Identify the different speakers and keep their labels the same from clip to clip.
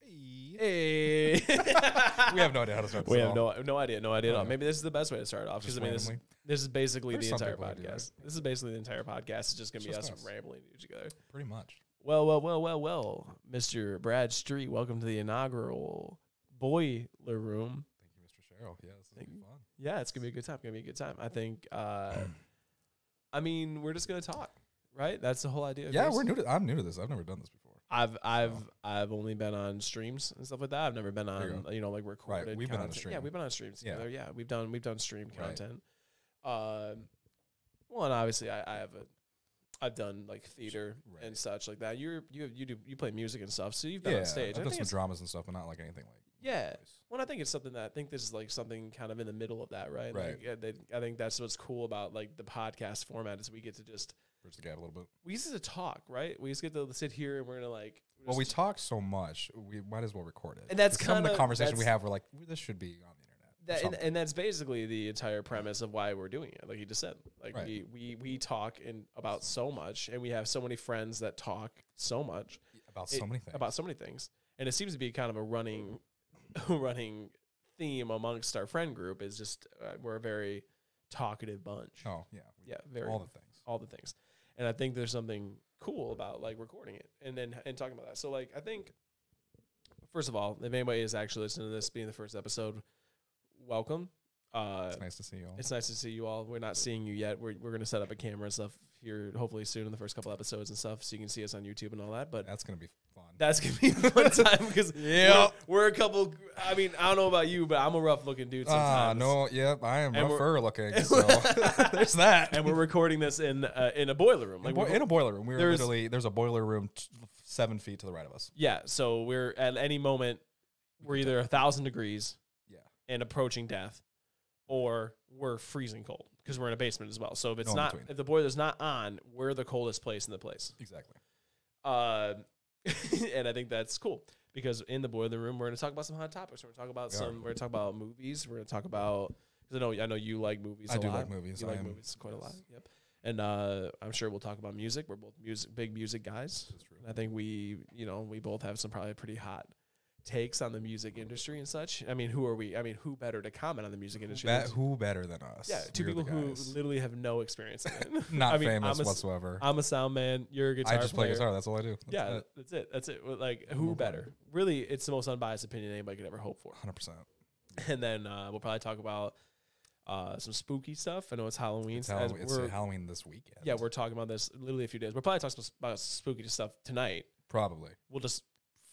Speaker 1: Hey. we have no idea how to start this
Speaker 2: We
Speaker 1: at
Speaker 2: have
Speaker 1: all.
Speaker 2: no no idea, no idea at all.
Speaker 1: Yeah.
Speaker 2: Maybe this is the best way to start off because
Speaker 1: Just
Speaker 2: I mean this,
Speaker 1: randomly.
Speaker 2: this is basically
Speaker 1: There's
Speaker 2: the
Speaker 1: some
Speaker 2: entire
Speaker 1: people who do
Speaker 2: podcast.
Speaker 1: that.
Speaker 2: This is basically the entire podcast. It's just gonna be
Speaker 1: Just
Speaker 2: us,
Speaker 1: us.
Speaker 2: rambling to each other.
Speaker 1: Pretty much.
Speaker 2: Well, well, well, well, well, Mister Brad Street, welcome to the inaugural boiler room.
Speaker 1: Thank you, Mr. Cheryl. Yeah, this is gonna
Speaker 2: Thank
Speaker 1: be
Speaker 2: you.
Speaker 1: fun.
Speaker 2: Yeah, it's gonna be a good time. Gonna be a good time. I think. Uh, I mean, we're just gonna talk, right? That's the whole idea. of
Speaker 1: Yeah,
Speaker 2: this.
Speaker 1: we're new to. I'm new to this. I've never done this before.
Speaker 2: I've I've I've only been on streams and stuff like that. I've never been
Speaker 1: There you
Speaker 2: on you, know like recorded.
Speaker 1: we've been on a
Speaker 2: content. Yeah,
Speaker 1: stream.
Speaker 2: we've been on streams
Speaker 1: Yeah.
Speaker 2: together. Yeah, we've done we've done stream
Speaker 1: Right.
Speaker 2: content. Um, well, and obviously I, I have a I've done like theater
Speaker 1: Right.
Speaker 2: and such like that. You're you you do you play music and stuff, so you've been
Speaker 1: yeah,
Speaker 2: on stage. I
Speaker 1: I've done
Speaker 2: think
Speaker 1: some
Speaker 2: it's-
Speaker 1: dramas and stuff, but not like anything like.
Speaker 2: yeah.
Speaker 1: this.
Speaker 2: Well, I think it's something that I think this is like something kind of in the middle of that, right?
Speaker 1: Right.
Speaker 2: Like, yeah, they- I think that's what's cool about like the podcast format is we get to just
Speaker 1: Bridge the gap a little bit.
Speaker 2: we get to talk, right? We just get to sit here and we're gonna like
Speaker 1: Well, we
Speaker 2: just-
Speaker 1: talk so much, we might as well record it.
Speaker 2: And that's
Speaker 1: 'Cause some of the
Speaker 2: kinda-
Speaker 1: conversation we
Speaker 2: that's-
Speaker 1: have. We're like, this should be on the internet. or
Speaker 2: That, and,
Speaker 1: something.
Speaker 2: and that's basically the entire premise of why we're doing it. Like you just said, like
Speaker 1: Right.
Speaker 2: we, we we talk in about so much, and we have so many friends that talk so much
Speaker 1: about
Speaker 2: it-
Speaker 1: so many things.
Speaker 2: about so many things, and it seems to be kind of a running running theme amongst our friend group. Is just uh, we're a very talkative bunch.
Speaker 1: oh yeah, we-
Speaker 2: Yeah, very
Speaker 1: all the things.
Speaker 2: all the things. And I think there's something cool about like recording it and then and talking about that. So like I think first of all, if anybody is actually listening to this being the first episode, welcome. Uh
Speaker 1: It's nice to see you all.
Speaker 2: it's nice to see you all. We're not seeing you yet. We're we're gonna set up a camera and stuff here hopefully soon in the first couple episodes and stuff so you can see us on YouTube and all that. But
Speaker 1: That's gonna be fun.
Speaker 2: that's gonna be a fun time because
Speaker 1: Yeah.
Speaker 2: we're, we're a couple I mean, I don't know about you, but I'm a rough looking dude
Speaker 1: Ah,
Speaker 2: sometimes.
Speaker 1: no, yep, I am
Speaker 2: And
Speaker 1: rough
Speaker 2: we're-
Speaker 1: fur looking. So there's that.
Speaker 2: And we're recording this in uh, in a boiler room.
Speaker 1: in,
Speaker 2: Like
Speaker 1: boi-
Speaker 2: we're-
Speaker 1: in a boiler room. We were
Speaker 2: There's-
Speaker 1: literally there's a boiler room t- seven feet to the right of us.
Speaker 2: Yeah, so we're at any moment we're either a thousand degrees
Speaker 1: Yeah.
Speaker 2: and approaching death, or we're freezing cold because we're in a basement as well. So if it's
Speaker 1: No in
Speaker 2: not
Speaker 1: between.
Speaker 2: if the boiler's not on, we're the coldest place in the place.
Speaker 1: Exactly.
Speaker 2: Uh, and I think that's cool because in the boiler room we're going to talk about some hot topics. We're going to talk about
Speaker 1: We are.
Speaker 2: some. We're going to talk about movies. We're going to talk about because I know I know you like movies.
Speaker 1: I
Speaker 2: a
Speaker 1: do
Speaker 2: lot.
Speaker 1: like movies.
Speaker 2: You
Speaker 1: I
Speaker 2: like
Speaker 1: am-
Speaker 2: movies quite a lot.
Speaker 1: yes.
Speaker 2: Yep. And uh, I'm sure we'll talk about music. We're both music big music guys.
Speaker 1: This is true.
Speaker 2: I think we, you know, we both have some probably pretty hot takes on the music industry and such. I mean, who are we? I mean, who better to comment on the music industry? than
Speaker 1: That, who better than us?
Speaker 2: yeah, two
Speaker 1: We're the
Speaker 2: people who
Speaker 1: guys.
Speaker 2: literally have no experience in it.
Speaker 1: not
Speaker 2: I mean,
Speaker 1: famous
Speaker 2: I'm a s-
Speaker 1: whatsoever.
Speaker 2: I'm a sound man. You're a guitar
Speaker 1: I just play
Speaker 2: player.
Speaker 1: guitar. That's all I do. That's
Speaker 2: yeah, that's it. That's it. Well, Like, who
Speaker 1: Move on.
Speaker 2: better? Really, it's the most unbiased opinion anybody could ever hope for.
Speaker 1: hundred percent.
Speaker 2: And then uh, we'll probably talk about uh, some spooky stuff. I know it's Halloween.
Speaker 1: It's,
Speaker 2: so as
Speaker 1: Halloween, it's
Speaker 2: we're-
Speaker 1: Halloween this weekend.
Speaker 2: yeah, we're talking about this literally a few days. We're probably talking about spooky stuff tonight.
Speaker 1: probably
Speaker 2: we'll just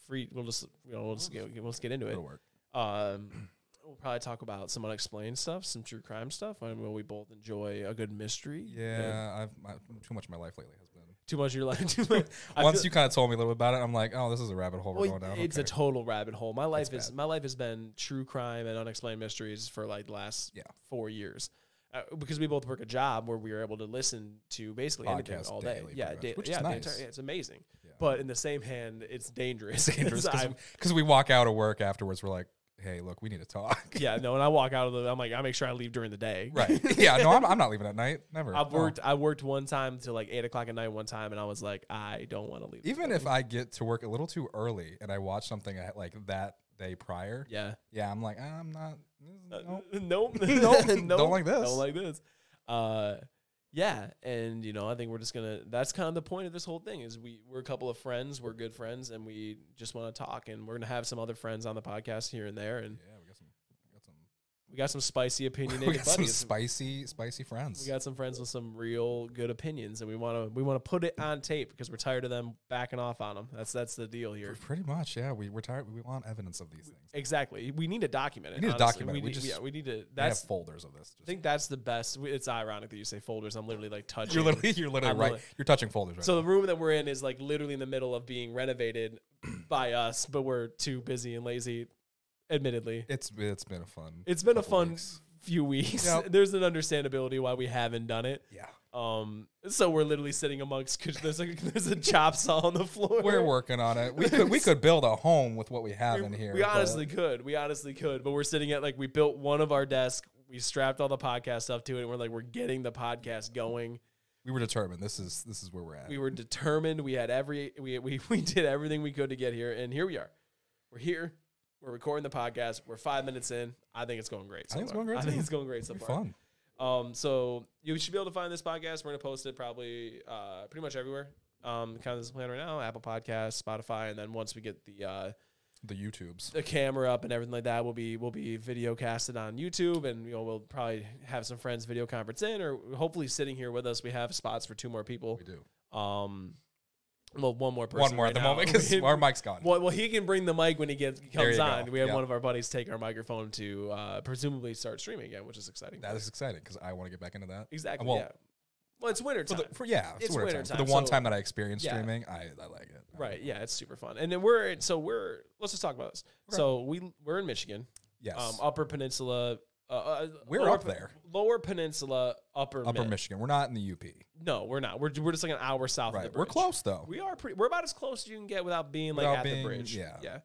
Speaker 2: free we'll just you know we'll just get, we'll just get into it.
Speaker 1: it'll work.
Speaker 2: Um, we'll probably talk about some unexplained stuff, some true crime stuff. I mean, we both enjoy a good mystery. And
Speaker 1: Yeah, I've my, too much of my life lately has been.
Speaker 2: too much of your life. Too much. I
Speaker 1: Once
Speaker 2: feel-
Speaker 1: you kind of told me a little bit about it, I'm like, oh, this is a rabbit hole we're
Speaker 2: well,
Speaker 1: going down.
Speaker 2: it's a
Speaker 1: Okay.
Speaker 2: total rabbit hole. My life
Speaker 1: That's
Speaker 2: is my life has been true crime and unexplained mysteries for like the last
Speaker 1: Yeah.
Speaker 2: four years. Uh, because we both work a job where we are able to listen to basically
Speaker 1: Podcasts
Speaker 2: anything all day.
Speaker 1: daily,
Speaker 2: yeah,
Speaker 1: pretty much,
Speaker 2: da-
Speaker 1: which is
Speaker 2: yeah, the
Speaker 1: nice.
Speaker 2: entire- yeah, it's amazing.
Speaker 1: Yeah.
Speaker 2: But in the same hand, it's dangerous.
Speaker 1: dangerous
Speaker 2: I'm-
Speaker 1: because we walk out of work afterwards. We're like, hey, look, we need to talk.
Speaker 2: yeah, no. When I walk out of the, I'm like, I make sure I leave during the day.
Speaker 1: right. Oh. Yeah. No, I'm, I'm not leaving at night. Never.
Speaker 2: I've
Speaker 1: No.
Speaker 2: worked. I worked one time till like eight o'clock at night. One time, and I was like, I don't want to leave.
Speaker 1: Even if I get to work a little too early and I watch something at, like that day prior,
Speaker 2: yeah,
Speaker 1: yeah, I'm like, I'm not.
Speaker 2: Uh,
Speaker 1: No.
Speaker 2: nope,
Speaker 1: Nope. Don't like this.
Speaker 2: Don't like this. Uh, yeah, and you know, I think we're just gonna. That's kind of the point of this whole thing is we we're a couple of friends. We're good friends, and we just want to talk. And we're gonna have some other friends on the podcast here and there, and
Speaker 1: Yeah, we got some. We got some.
Speaker 2: we got some spicy opinionated
Speaker 1: We got some
Speaker 2: buddies.
Speaker 1: spicy, spicy friends.
Speaker 2: we got some friends with some real good opinions, and we want to we want to put it on tape because we're tired of them backing off on them. That's that's the deal here.
Speaker 1: Pr- Pretty much, yeah. We we're tired. We want evidence of these things.
Speaker 2: Exactly. We need to document it.
Speaker 1: We need to
Speaker 2: honestly.
Speaker 1: document
Speaker 2: we
Speaker 1: it. We
Speaker 2: need-
Speaker 1: just-
Speaker 2: yeah, we need to.
Speaker 1: They have
Speaker 2: That's.
Speaker 1: folders of this.
Speaker 2: I
Speaker 1: Just,
Speaker 2: think that's the best. we- It's ironic that you say folders. I'm literally like touching.
Speaker 1: you're literally, you're literally
Speaker 2: I'm
Speaker 1: right.
Speaker 2: literally-
Speaker 1: You're touching folders right.
Speaker 2: so the room that we're in is like literally in the middle of being renovated by us, but we're too busy and lazy. Admittedly,
Speaker 1: now. it's it's been a fun.
Speaker 2: it's been a
Speaker 1: couple
Speaker 2: fun
Speaker 1: weeks.
Speaker 2: few weeks.
Speaker 1: Yep.
Speaker 2: There's an understandability why we haven't done it.
Speaker 1: Yeah,
Speaker 2: Um, so we're literally sitting amongst. Cause there's a there's a chop saw on the floor.
Speaker 1: we're working on it. We could we could build a home with what we have in here.
Speaker 2: We
Speaker 1: but-
Speaker 2: honestly could. We honestly could. But we're sitting at like we built one of our desks. We strapped all the podcast stuff to it. And we're like we're getting the podcast going.
Speaker 1: we were determined. This is this is where we're at.
Speaker 2: We were determined. We had every we we we did everything we could to get here, and here we are. We're here. We're recording the podcast. We're five minutes in. I think it's going great. So
Speaker 1: I think it's
Speaker 2: far.
Speaker 1: going great,
Speaker 2: I think
Speaker 1: too.
Speaker 2: it's going great so
Speaker 1: It'd be
Speaker 2: far.
Speaker 1: fun.
Speaker 2: Um, so you should be able to find this podcast. We're gonna post it probably uh, pretty much everywhere. Um, kind of this plan right now: Apple Podcasts, Spotify, and then once we get the uh,
Speaker 1: The YouTubes.
Speaker 2: the camera up and everything like that, we'll be we'll be video casted on YouTube, and you know we'll probably have some friends video conference in, or hopefully sitting here with us. We have spots for two more people.
Speaker 1: We do.
Speaker 2: Um, well, one more person.
Speaker 1: One more
Speaker 2: right
Speaker 1: at the
Speaker 2: now.
Speaker 1: moment because
Speaker 2: We-
Speaker 1: our mic's gone.
Speaker 2: well, well, he can bring the mic when he gets
Speaker 1: There
Speaker 2: comes
Speaker 1: you go.
Speaker 2: on. We have
Speaker 1: Yeah.
Speaker 2: one of our buddies take our microphone to uh, presumably start streaming again, which is exciting.
Speaker 1: That is exciting because I want to get back into that.
Speaker 2: Exactly.
Speaker 1: Well-
Speaker 2: yeah. Well, it's winter
Speaker 1: For,
Speaker 2: time.
Speaker 1: the, for yeah, it's,
Speaker 2: It's
Speaker 1: winter,
Speaker 2: winter
Speaker 1: time. For
Speaker 2: time,
Speaker 1: the one
Speaker 2: so-
Speaker 1: time that I experienced
Speaker 2: Yeah.
Speaker 1: streaming, I, I like it. I
Speaker 2: right.
Speaker 1: like it.
Speaker 2: Yeah, it's super fun. And then we're so we're let's just talk about this.
Speaker 1: Okay.
Speaker 2: So we we're in Michigan,
Speaker 1: Yes.
Speaker 2: um, Upper Peninsula. Uh, uh,
Speaker 1: We're
Speaker 2: lower
Speaker 1: up
Speaker 2: Pen-
Speaker 1: there.
Speaker 2: Lower Peninsula, Upper
Speaker 1: Upper
Speaker 2: Mid.
Speaker 1: Michigan. We're not in the UP.
Speaker 2: No, we're not. We're we're just like an hour south of
Speaker 1: Right.
Speaker 2: the
Speaker 1: We're
Speaker 2: bridge.
Speaker 1: close though.
Speaker 2: We are pretty. We're about as close as you can get without being like
Speaker 1: Without
Speaker 2: at
Speaker 1: being-
Speaker 2: the bridge.
Speaker 1: yeah.
Speaker 2: yeah.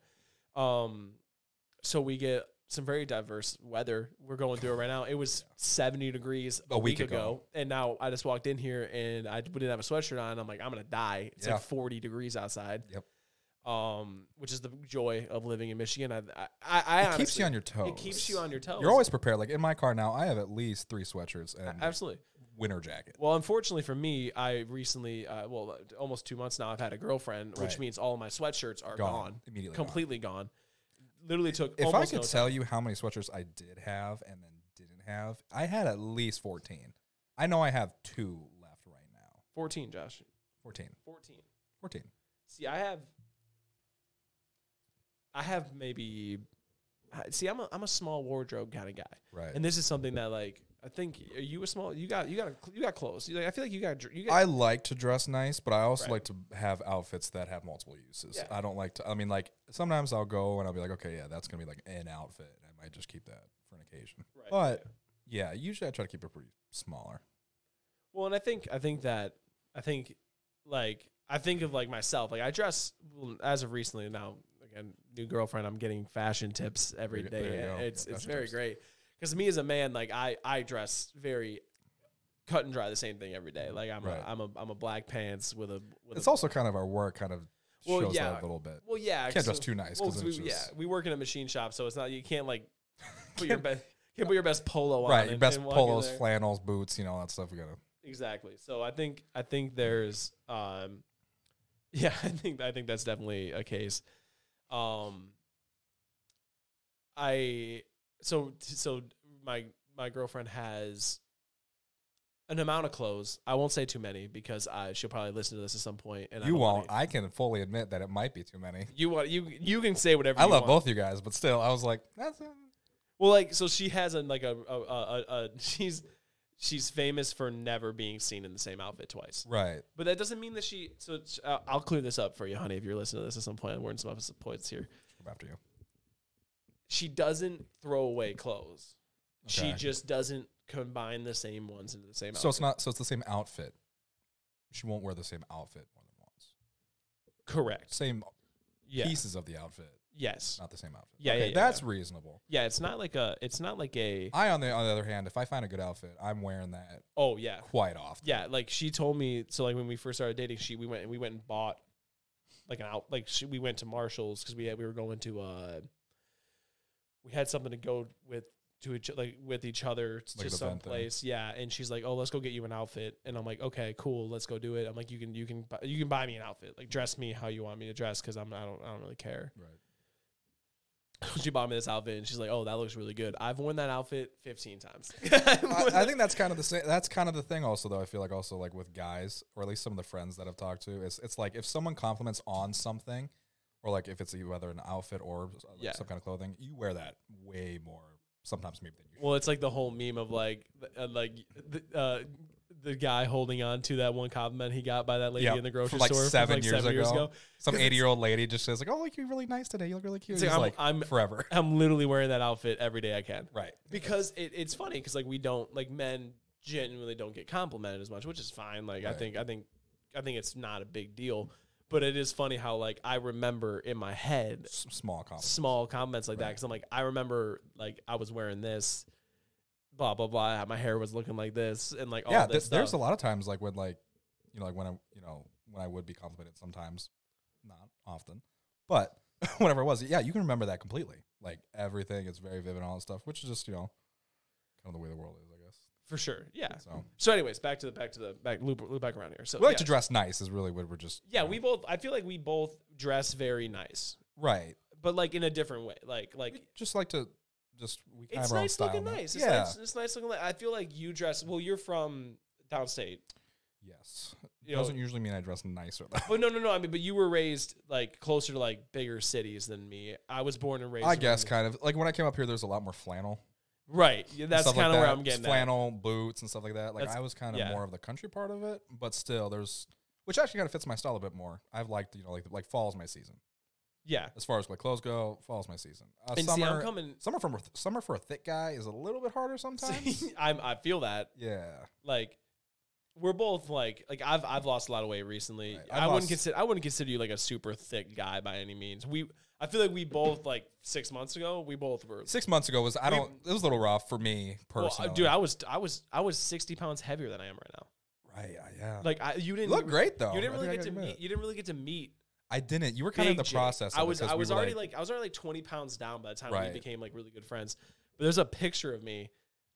Speaker 2: Um, so we get some very diverse weather. We're going through it right now. It was seventy degrees a, week, ago, and now I just walked in here and I didn't have a sweatshirt on. I'm like, I'm gonna die. It's
Speaker 1: Yeah.
Speaker 2: like forty degrees outside.
Speaker 1: Yep.
Speaker 2: Um, which is the joy of living in Michigan. I, I, I, I
Speaker 1: it
Speaker 2: honestly,
Speaker 1: keeps you on your toes.
Speaker 2: It keeps you on your toes.
Speaker 1: You're always prepared. Like in my car now, I have at least three sweatshirts and a
Speaker 2: absolutely.
Speaker 1: winter jacket.
Speaker 2: Well, unfortunately for me, I recently, uh, well, uh, almost two months now, I've had a girlfriend, which
Speaker 1: Right.
Speaker 2: means all of my sweatshirts are
Speaker 1: Gone.
Speaker 2: gone,
Speaker 1: Immediately gone.
Speaker 2: completely gone. Literally took.
Speaker 1: If I
Speaker 2: almost
Speaker 1: could
Speaker 2: no
Speaker 1: tell you how many sweatshirts I did have and then didn't have, I had at least 14. I know I have two left right now.
Speaker 2: fourteen, Josh,
Speaker 1: 14.
Speaker 2: fourteen.
Speaker 1: 14.
Speaker 2: See, I have, I have maybe. I- See, I'm a I'm a small wardrobe kind of guy,
Speaker 1: Right.
Speaker 2: and this is something that like I think are you a small you got you got a, you got clothes. You, like, I feel like you got dr- you got
Speaker 1: I like to dress nice, but I also
Speaker 2: Right.
Speaker 1: like to have outfits that have multiple uses.
Speaker 2: Yeah.
Speaker 1: I don't like to. I mean, like sometimes I'll go and I'll be like, okay, yeah, that's gonna be like an outfit. and I might just keep that for an occasion.
Speaker 2: Right,
Speaker 1: but yeah. usually I try to keep it pretty smaller.
Speaker 2: Well, and I think I think that I think like I think of like myself. Like I dress well, as of recently now. Again, new girlfriend. I'm getting fashion tips every
Speaker 1: There
Speaker 2: day.
Speaker 1: you- there you
Speaker 2: and
Speaker 1: go.
Speaker 2: It's
Speaker 1: Yeah,
Speaker 2: it's
Speaker 1: fashion
Speaker 2: very
Speaker 1: tips.
Speaker 2: great because me as a man, like I I dress very cut and dry the same thing every day. Like I'm
Speaker 1: Mm-hmm. Right.
Speaker 2: a, I'm a I'm a black pants with a with
Speaker 1: It's
Speaker 2: a,
Speaker 1: also kind of our work, kind of
Speaker 2: Well,
Speaker 1: shows
Speaker 2: yeah.
Speaker 1: that a little bit.
Speaker 2: well yeah
Speaker 1: Can't dress
Speaker 2: so-
Speaker 1: too nice
Speaker 2: well,
Speaker 1: 'cause
Speaker 2: we,
Speaker 1: it's
Speaker 2: yeah
Speaker 1: just-
Speaker 2: we work in a machine shop so it's not you can't like put your best can't put your best polo on
Speaker 1: right, your
Speaker 2: and-
Speaker 1: best
Speaker 2: and walk in
Speaker 1: polos,
Speaker 2: there.
Speaker 1: flannels, boots, you know, all that stuff. We gotta.
Speaker 2: Exactly. So I think I think there's um yeah, I think I think that's definitely a case. Um I so so my my girlfriend has an amount of clothes. I won't say too many because I she'll probably listen to this at some point and I
Speaker 1: you
Speaker 2: don't wanna-
Speaker 1: won't. I can fully admit that it might be too many.
Speaker 2: you want you you can say whatever
Speaker 1: I
Speaker 2: you
Speaker 1: love
Speaker 2: want.
Speaker 1: both you guys, but still, I was like, that's uh,
Speaker 2: Well, like so she has a like a a, a, a, a she's she's famous for never being seen in the same outfit twice.
Speaker 1: right.
Speaker 2: But that doesn't mean that she. So it's- uh, I'll clear this up for you, honey. If you're listening to this at some point, we're in some opposite points here.
Speaker 1: Come after you.
Speaker 2: She doesn't throw away clothes. She
Speaker 1: Okay.
Speaker 2: just doesn't combine the same ones into the same.
Speaker 1: So it's not. So it's the same outfit. She won't wear the same outfit more than once.
Speaker 2: correct.
Speaker 1: Same
Speaker 2: Yeah.
Speaker 1: pieces of the outfit,
Speaker 2: Yes.
Speaker 1: not the same outfit.
Speaker 2: Yeah, yeah, yeah,
Speaker 1: that's reasonable.
Speaker 2: Yeah. It's not like a. It's not like a.
Speaker 1: I, on the on the other hand, if I find a good outfit, I'm wearing that
Speaker 2: Oh yeah.
Speaker 1: quite often.
Speaker 2: Yeah. Like she told me. So like when we first started dating, she we went and we went and bought like an out like she, we went to Marshalls because we had, we were going to uh we had something to go with to each like with each other
Speaker 1: Like an
Speaker 2: to
Speaker 1: event
Speaker 2: some
Speaker 1: thing.
Speaker 2: place yeah and she's like oh let's go get you an outfit and i'm like okay cool let's go do it i'm like you can you can bu- you can buy me an outfit like dress me how you want me to dress because i'm i don't i don't really care
Speaker 1: Right.
Speaker 2: she bought me this outfit and she's like oh that looks really good i've worn that outfit 15 times
Speaker 1: I, I think that's kind of the same. That's kind of the thing, also. Though I feel like also like with guys, or at least some of the friends that I've talked to, it's it's like if someone compliments on something, or like if it's whether an outfit or like
Speaker 2: Yeah.
Speaker 1: some kind of clothing, you wear that way more sometimes maybe than you.
Speaker 2: Well, it's like the whole meme of like, uh, like the, uh, the guy holding on to that one compliment he got by that lady
Speaker 1: Yeah,
Speaker 2: in the grocery
Speaker 1: from like
Speaker 2: store from,
Speaker 1: seven years ago. should. Some
Speaker 2: Because it's-
Speaker 1: eighty year old lady just says like, "Oh, like you're really nice today. You look really cute."
Speaker 2: It's like,
Speaker 1: He's
Speaker 2: I'm-
Speaker 1: like,
Speaker 2: I'm-
Speaker 1: forever."
Speaker 2: I'm literally wearing that outfit every day I can.
Speaker 1: Right.
Speaker 2: Because it, it's funny because like we don't like men genuinely don't get complimented as much, which is fine. Like I
Speaker 1: Right.
Speaker 2: think I think I think it's not a big deal, but it is funny how like I remember in my head
Speaker 1: S- small compliment.
Speaker 2: small comments like that
Speaker 1: Right.
Speaker 2: because I'm like, I remember like I was wearing this, blah blah blah. My hair was looking like this, and like
Speaker 1: yeah,
Speaker 2: all this
Speaker 1: th- there's a
Speaker 2: stuff.
Speaker 1: lot of times like when like you know like when I you know when I would be complimented sometimes, not often, but whatever it was. Yeah, you can remember that completely. Like everything, it's very vivid and all that stuff, which is just you know, kind of the way the world is, I guess.
Speaker 2: for sure. Yeah.
Speaker 1: So
Speaker 2: So, anyways, back to the back to the back loop loop back around here. So
Speaker 1: we like
Speaker 2: yeah.
Speaker 1: to dress nice, is really what we're just
Speaker 2: yeah, we both. I feel like we both dress very nice,
Speaker 1: right.
Speaker 2: but like in a different way. Like like
Speaker 1: We just like to just we can
Speaker 2: it's
Speaker 1: have our own
Speaker 2: nice
Speaker 1: style.
Speaker 2: looking
Speaker 1: now.
Speaker 2: nice. It's,
Speaker 1: Yeah.
Speaker 2: nice. it's nice looking. Like, I feel like you dress well. You're from downstate,
Speaker 1: Yes.
Speaker 2: you know.
Speaker 1: Doesn't usually mean I dress nicer though.
Speaker 2: But no, no, no. I mean, but you were raised like closer to like bigger cities than me. I was born and raised.
Speaker 1: I
Speaker 2: in-
Speaker 1: guess kind of like when I came up here, there's a lot more flannel.
Speaker 2: right. Yeah,
Speaker 1: and
Speaker 2: that's
Speaker 1: stuff like
Speaker 2: kind of where
Speaker 1: that.
Speaker 2: I'm getting. at.
Speaker 1: flannel boots and stuff like that. Like
Speaker 2: That's-
Speaker 1: I was kind of
Speaker 2: yeah.
Speaker 1: more of the country part of it, but still there's which actually kind of fits my style a bit more. I've liked you know like like fall's my season
Speaker 2: Yeah.
Speaker 1: as far as like clothes go. Fall's my season. Uh,
Speaker 2: And see, I'm
Speaker 1: summer
Speaker 2: coming.
Speaker 1: summer from summer for a thick guy is a little bit harder sometimes.
Speaker 2: I'm. I feel that.
Speaker 1: yeah,
Speaker 2: like we're both like like I've I've lost a lot of weight recently.
Speaker 1: Right. I've
Speaker 2: I wouldn't
Speaker 1: lost-
Speaker 2: consider I wouldn't consider you like a super thick guy by any means. We I feel like we both like six months ago we both were.
Speaker 1: six months ago was I
Speaker 2: We-
Speaker 1: don't it was a little rough for me
Speaker 2: Well, uh,
Speaker 1: personally.
Speaker 2: dude, I was I was I was sixty pounds heavier than I am right now.
Speaker 1: right? I- Yeah,
Speaker 2: Like I, you
Speaker 1: you
Speaker 2: didn't
Speaker 1: look great though.
Speaker 2: You didn't
Speaker 1: I
Speaker 2: really
Speaker 1: think
Speaker 2: get
Speaker 1: I
Speaker 2: to
Speaker 1: can admit
Speaker 2: meet.
Speaker 1: it.
Speaker 2: You didn't really get to meet.
Speaker 1: I didn't. You were kind of in the
Speaker 2: Big Jake.
Speaker 1: process.
Speaker 2: I
Speaker 1: of it
Speaker 2: was
Speaker 1: 'cause
Speaker 2: I
Speaker 1: we
Speaker 2: was
Speaker 1: were,
Speaker 2: already like, I was already like twenty pounds down by the time
Speaker 1: Right.
Speaker 2: we became like really good friends. But there's a picture of me.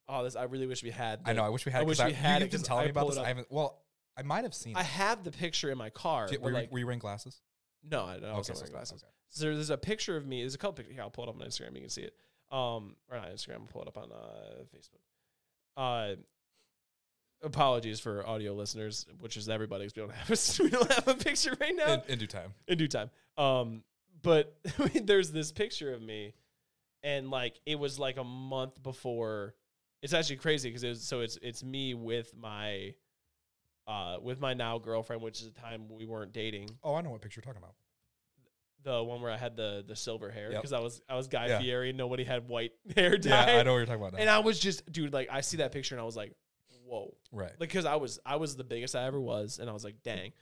Speaker 2: Oh, this I really wish we had.
Speaker 1: I
Speaker 2: the-
Speaker 1: know. I wish we had.
Speaker 2: I
Speaker 1: 'cause
Speaker 2: wish we
Speaker 1: you
Speaker 2: had
Speaker 1: didn't
Speaker 2: it 'cause
Speaker 1: tell
Speaker 2: I
Speaker 1: me about
Speaker 2: pulled
Speaker 1: this.
Speaker 2: it up.
Speaker 1: I haven't. Well, I might have seen.
Speaker 2: I
Speaker 1: it.
Speaker 2: have the picture in my car. but,
Speaker 1: Did- were, you-
Speaker 2: like,
Speaker 1: were you wearing glasses?
Speaker 2: no, I don't. I was
Speaker 1: Okay,
Speaker 2: not
Speaker 1: so-
Speaker 2: wearing glasses.
Speaker 1: okay.
Speaker 2: So there's a picture of me. There's a couple pictures. Here, I'll pull it up on Instagram. You can see it. Um, or not Instagram. I'll pull it up on uh, Facebook. Uh, apologies for audio listeners, which is everybody, because we don't have a, we don't have a picture right now
Speaker 1: In, in due time.
Speaker 2: in due time. Um, but there's this picture of me, and like it was like a month before. It's actually crazy because was so it's it's me with my, uh, with my now girlfriend, which is the time we weren't dating
Speaker 1: Oh, I know what picture you're talking about.
Speaker 2: the one where I had the the silver hair
Speaker 1: Yep.
Speaker 2: because I was I was Guy
Speaker 1: Yeah.
Speaker 2: Fieri. Nobody had white hair dye.
Speaker 1: Yeah, I know what you're talking about. Now.
Speaker 2: And I was just, dude, like I see that picture and I was like, whoa,
Speaker 1: right.
Speaker 2: like because I was I was the biggest I ever was, and I was like, dang,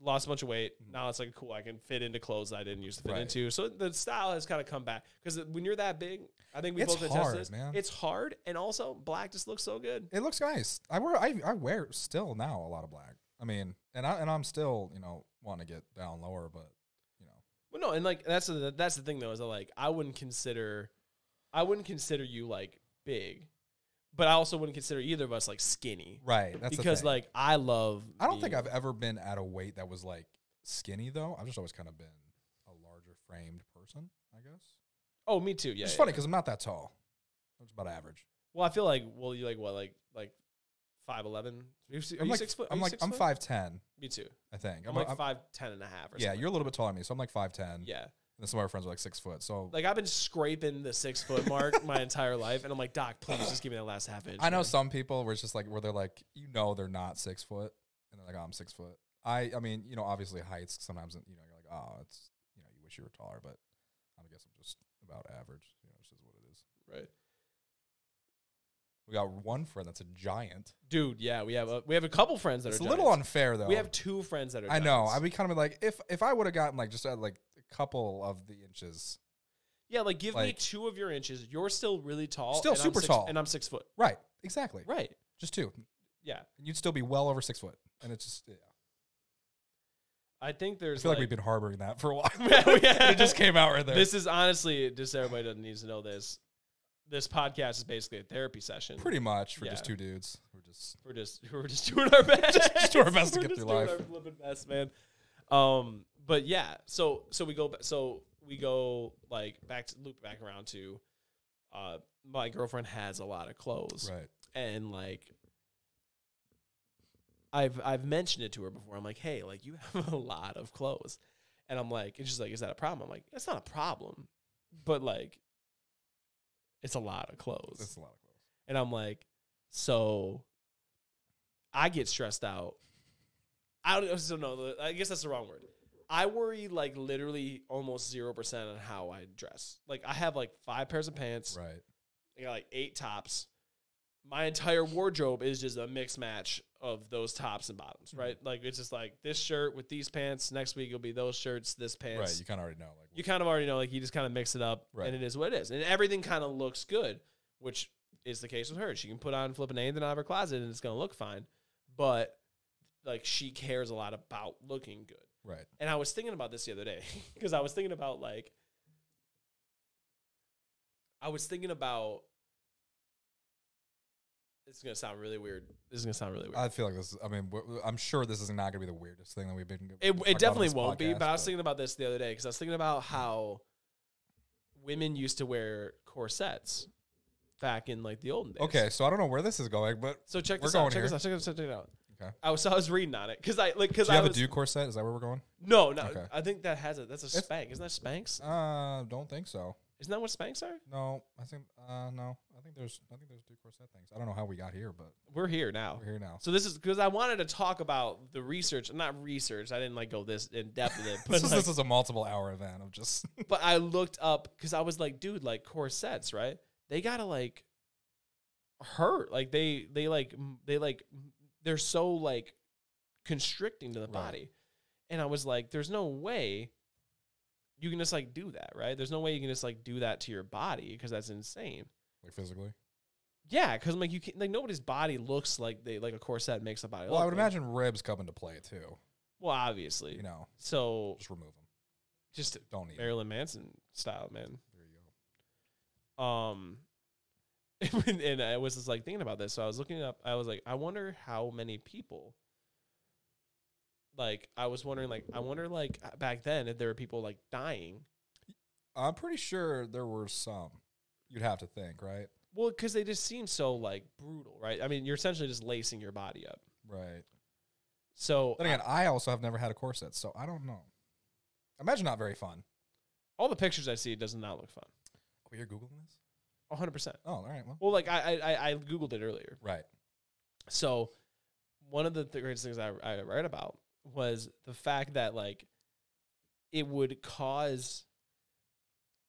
Speaker 2: lost a bunch of weight.
Speaker 1: Mhm.
Speaker 2: Now it's like cool, I can fit into clothes that I didn't used to fit
Speaker 1: Right.
Speaker 2: into. So the style has kind of come back because when you're that big, I think we
Speaker 1: It's
Speaker 2: both attest to
Speaker 1: hard,
Speaker 2: this.
Speaker 1: man.
Speaker 2: It's hard, and also black just looks so good.
Speaker 1: it looks nice. I wear. I, I wear still now a lot of black. I mean, and I and I'm still you know wanting to get down lower, but you know,
Speaker 2: Well, no, and like that's the that's the thing though is that like I wouldn't consider, I wouldn't consider you like big, but I also wouldn't consider either of us like skinny
Speaker 1: right. That's the
Speaker 2: because
Speaker 1: thing.
Speaker 2: like I love.
Speaker 1: I don't think
Speaker 2: the-
Speaker 1: I've ever been at a weight that was like skinny though. I've just always kind of been a larger framed person, I guess.
Speaker 2: Oh, me too. Yeah,
Speaker 1: it's
Speaker 2: yeah,
Speaker 1: funny
Speaker 2: yeah.
Speaker 1: because I'm not that tall. I'm just about average.
Speaker 2: Well, I feel like well, you like what like like five eleven. Are you, si- are
Speaker 1: I'm
Speaker 2: you
Speaker 1: like
Speaker 2: six foot? Are
Speaker 1: I'm
Speaker 2: you
Speaker 1: like
Speaker 2: six
Speaker 1: I'm
Speaker 2: foot?
Speaker 1: five ten.
Speaker 2: Me too.
Speaker 1: I think.
Speaker 2: I'm, like
Speaker 1: I'm-
Speaker 2: five ten and a half. Or
Speaker 1: yeah,
Speaker 2: something.
Speaker 1: you're a little bit taller than me, so I'm like five ten.
Speaker 2: Yeah,
Speaker 1: And then some of our friends are like six foot. So
Speaker 2: like I've been scraping the six foot mark my entire life, and I'm like, Doc, please just give me that last half inch.
Speaker 1: I know
Speaker 2: man."
Speaker 1: some people where it's just like where they're like, you know, they're not six foot, and they're like, oh, I'm six foot. I, I mean, you know, obviously heights sometimes, you know, you're like, oh, it's, you know, you wish you were taller, but I guess I'm just about average. You know, this is what it is.
Speaker 2: right,
Speaker 1: We got one friend that's a giant.
Speaker 2: dude? Yeah, we have a, we have a couple friends that
Speaker 1: It's
Speaker 2: are
Speaker 1: a little
Speaker 2: giants.
Speaker 1: unfair though.
Speaker 2: We have two friends that are.
Speaker 1: I know.
Speaker 2: giants.
Speaker 1: I'd be kind of like if if I would have gotten like just at like a couple of the inches,
Speaker 2: Yeah, like give me
Speaker 1: Like-
Speaker 2: two of your inches. You're still really tall.
Speaker 1: Still
Speaker 2: and I'm
Speaker 1: super
Speaker 2: six-
Speaker 1: tall.
Speaker 2: and I'm six foot.
Speaker 1: right? Exactly.
Speaker 2: Right.
Speaker 1: Just two,
Speaker 2: Yeah.
Speaker 1: and you'd still be well over six foot. And it's just, yeah.
Speaker 2: I think
Speaker 1: I
Speaker 2: there's.
Speaker 1: feel like, we've
Speaker 2: like,
Speaker 1: been harboring that for a while.
Speaker 2: Yeah, we-
Speaker 1: it just came out right there.
Speaker 2: This is honestly just everybody doesn't needs to know this. This podcast is basically a therapy session.
Speaker 1: Pretty much for just
Speaker 2: Yeah.
Speaker 1: two dudes. We're just
Speaker 2: We're just we're just doing our best.
Speaker 1: just doing our best to
Speaker 2: We're
Speaker 1: get
Speaker 2: just
Speaker 1: through
Speaker 2: doing
Speaker 1: life.
Speaker 2: Our flipping best, man. Um, but yeah. So so we go. ba- So we go like back to loop back around to. Uh, my girlfriend has a lot of clothes.
Speaker 1: right.
Speaker 2: and like I've I've mentioned it to her before. I'm like, hey, like you have a lot of clothes. And I'm like, and she's like, is that a problem? I'm like, it's not a problem. But like it's a lot of clothes.
Speaker 1: That's a lot of clothes.
Speaker 2: and I'm like, so I get stressed out. I don't so no, I guess that's the wrong word. I worry like literally almost zero percent on how I dress. Like I have like five pairs of pants.
Speaker 1: Right.
Speaker 2: I got like eight tops. My entire wardrobe is just a mixed match of those tops and bottoms,
Speaker 1: Mm-hmm.
Speaker 2: right? Like it's just like this shirt with these pants. Next week it'll be those shirts, this pants.
Speaker 1: Right. You kind of already know. Like,
Speaker 2: You kind of already know, like you just kind of mix it up,
Speaker 1: Right.
Speaker 2: and it is what it is, and everything kind of looks good, which is the case with her. She can put on flipping anything out of her closet, and it's gonna look fine. But like she cares a lot about looking good,
Speaker 1: Right.
Speaker 2: And I was thinking about this the other day because I was thinking about like I was thinking about this is gonna sound really weird. This is gonna sound really weird.
Speaker 1: I feel like this. Is, I mean, w- w- I'm sure this is not going to be the weirdest thing that we've been.
Speaker 2: it
Speaker 1: talked about on
Speaker 2: it definitely
Speaker 1: this
Speaker 2: won't be.
Speaker 1: podcast,
Speaker 2: But I was thinking about this the other day because I was thinking about how women used to wear corsets back in like the olden days.
Speaker 1: Okay, so I don't know where this is going, but
Speaker 2: So check
Speaker 1: We're
Speaker 2: this out.
Speaker 1: going
Speaker 2: Check this
Speaker 1: here.
Speaker 2: out. Check this out. Check it out.
Speaker 1: Okay.
Speaker 2: I was so I was reading on it because I like because
Speaker 1: do
Speaker 2: I
Speaker 1: you have
Speaker 2: was
Speaker 1: a Duke corset? Is that where we're going?
Speaker 2: no no
Speaker 1: Okay.
Speaker 2: I think that has a that's a
Speaker 1: It's-
Speaker 2: spank isn't that spanks
Speaker 1: Uh, don't think so.
Speaker 2: isn't that what spanks are
Speaker 1: No, I think. Uh, no, I think there's. I think there's Duke corset things. I don't know how we got here, but
Speaker 2: we're here now
Speaker 1: we're here now.
Speaker 2: So this is because I wanted to talk about the research, not research. I didn't like go this in depth in it, but
Speaker 1: this, is,
Speaker 2: like-
Speaker 1: this is a multiple hour event. I'm just.
Speaker 2: but I looked up because I was like, dude, like corsets, right? They gotta like hurt, like they they like m- they like m- they're so like constricting to the
Speaker 1: Right.
Speaker 2: body, and I was like, there's no way you can just like do that, right? There's no way you can just like do that to your body because that's insane.
Speaker 1: like physically.
Speaker 2: Yeah, because like you can like nobody's body looks like they like a corset makes a body.
Speaker 1: Well, I
Speaker 2: look
Speaker 1: would
Speaker 2: like.
Speaker 1: imagine ribs come into play too.
Speaker 2: Well, obviously.
Speaker 1: You know,
Speaker 2: So
Speaker 1: just remove them.
Speaker 2: just
Speaker 1: Don't need. 'em.
Speaker 2: Marilyn Manson style, man.
Speaker 1: There you go.
Speaker 2: Um, and, and I was just like thinking about this, so I was looking up. I was like, I wonder how many people. Like I was wondering, like I wonder, like uh, back then, if there were people like dying.
Speaker 1: I'm pretty sure there were some. You'd have to think, right?
Speaker 2: Well, because they just seem so like brutal, right? I mean, you're essentially just lacing your body up.
Speaker 1: Right.
Speaker 2: So
Speaker 1: Then again, I also have never had a corset, so I don't know. Imagine not very fun.
Speaker 2: all the pictures I see it does not look fun.
Speaker 1: Oh, you're googling this?
Speaker 2: 100. percent
Speaker 1: Oh, all right. Well,
Speaker 2: Well, like I, I I- I googled it earlier.
Speaker 1: right.
Speaker 2: So, one of the th- greatest things I, I read about was the fact that like it would cause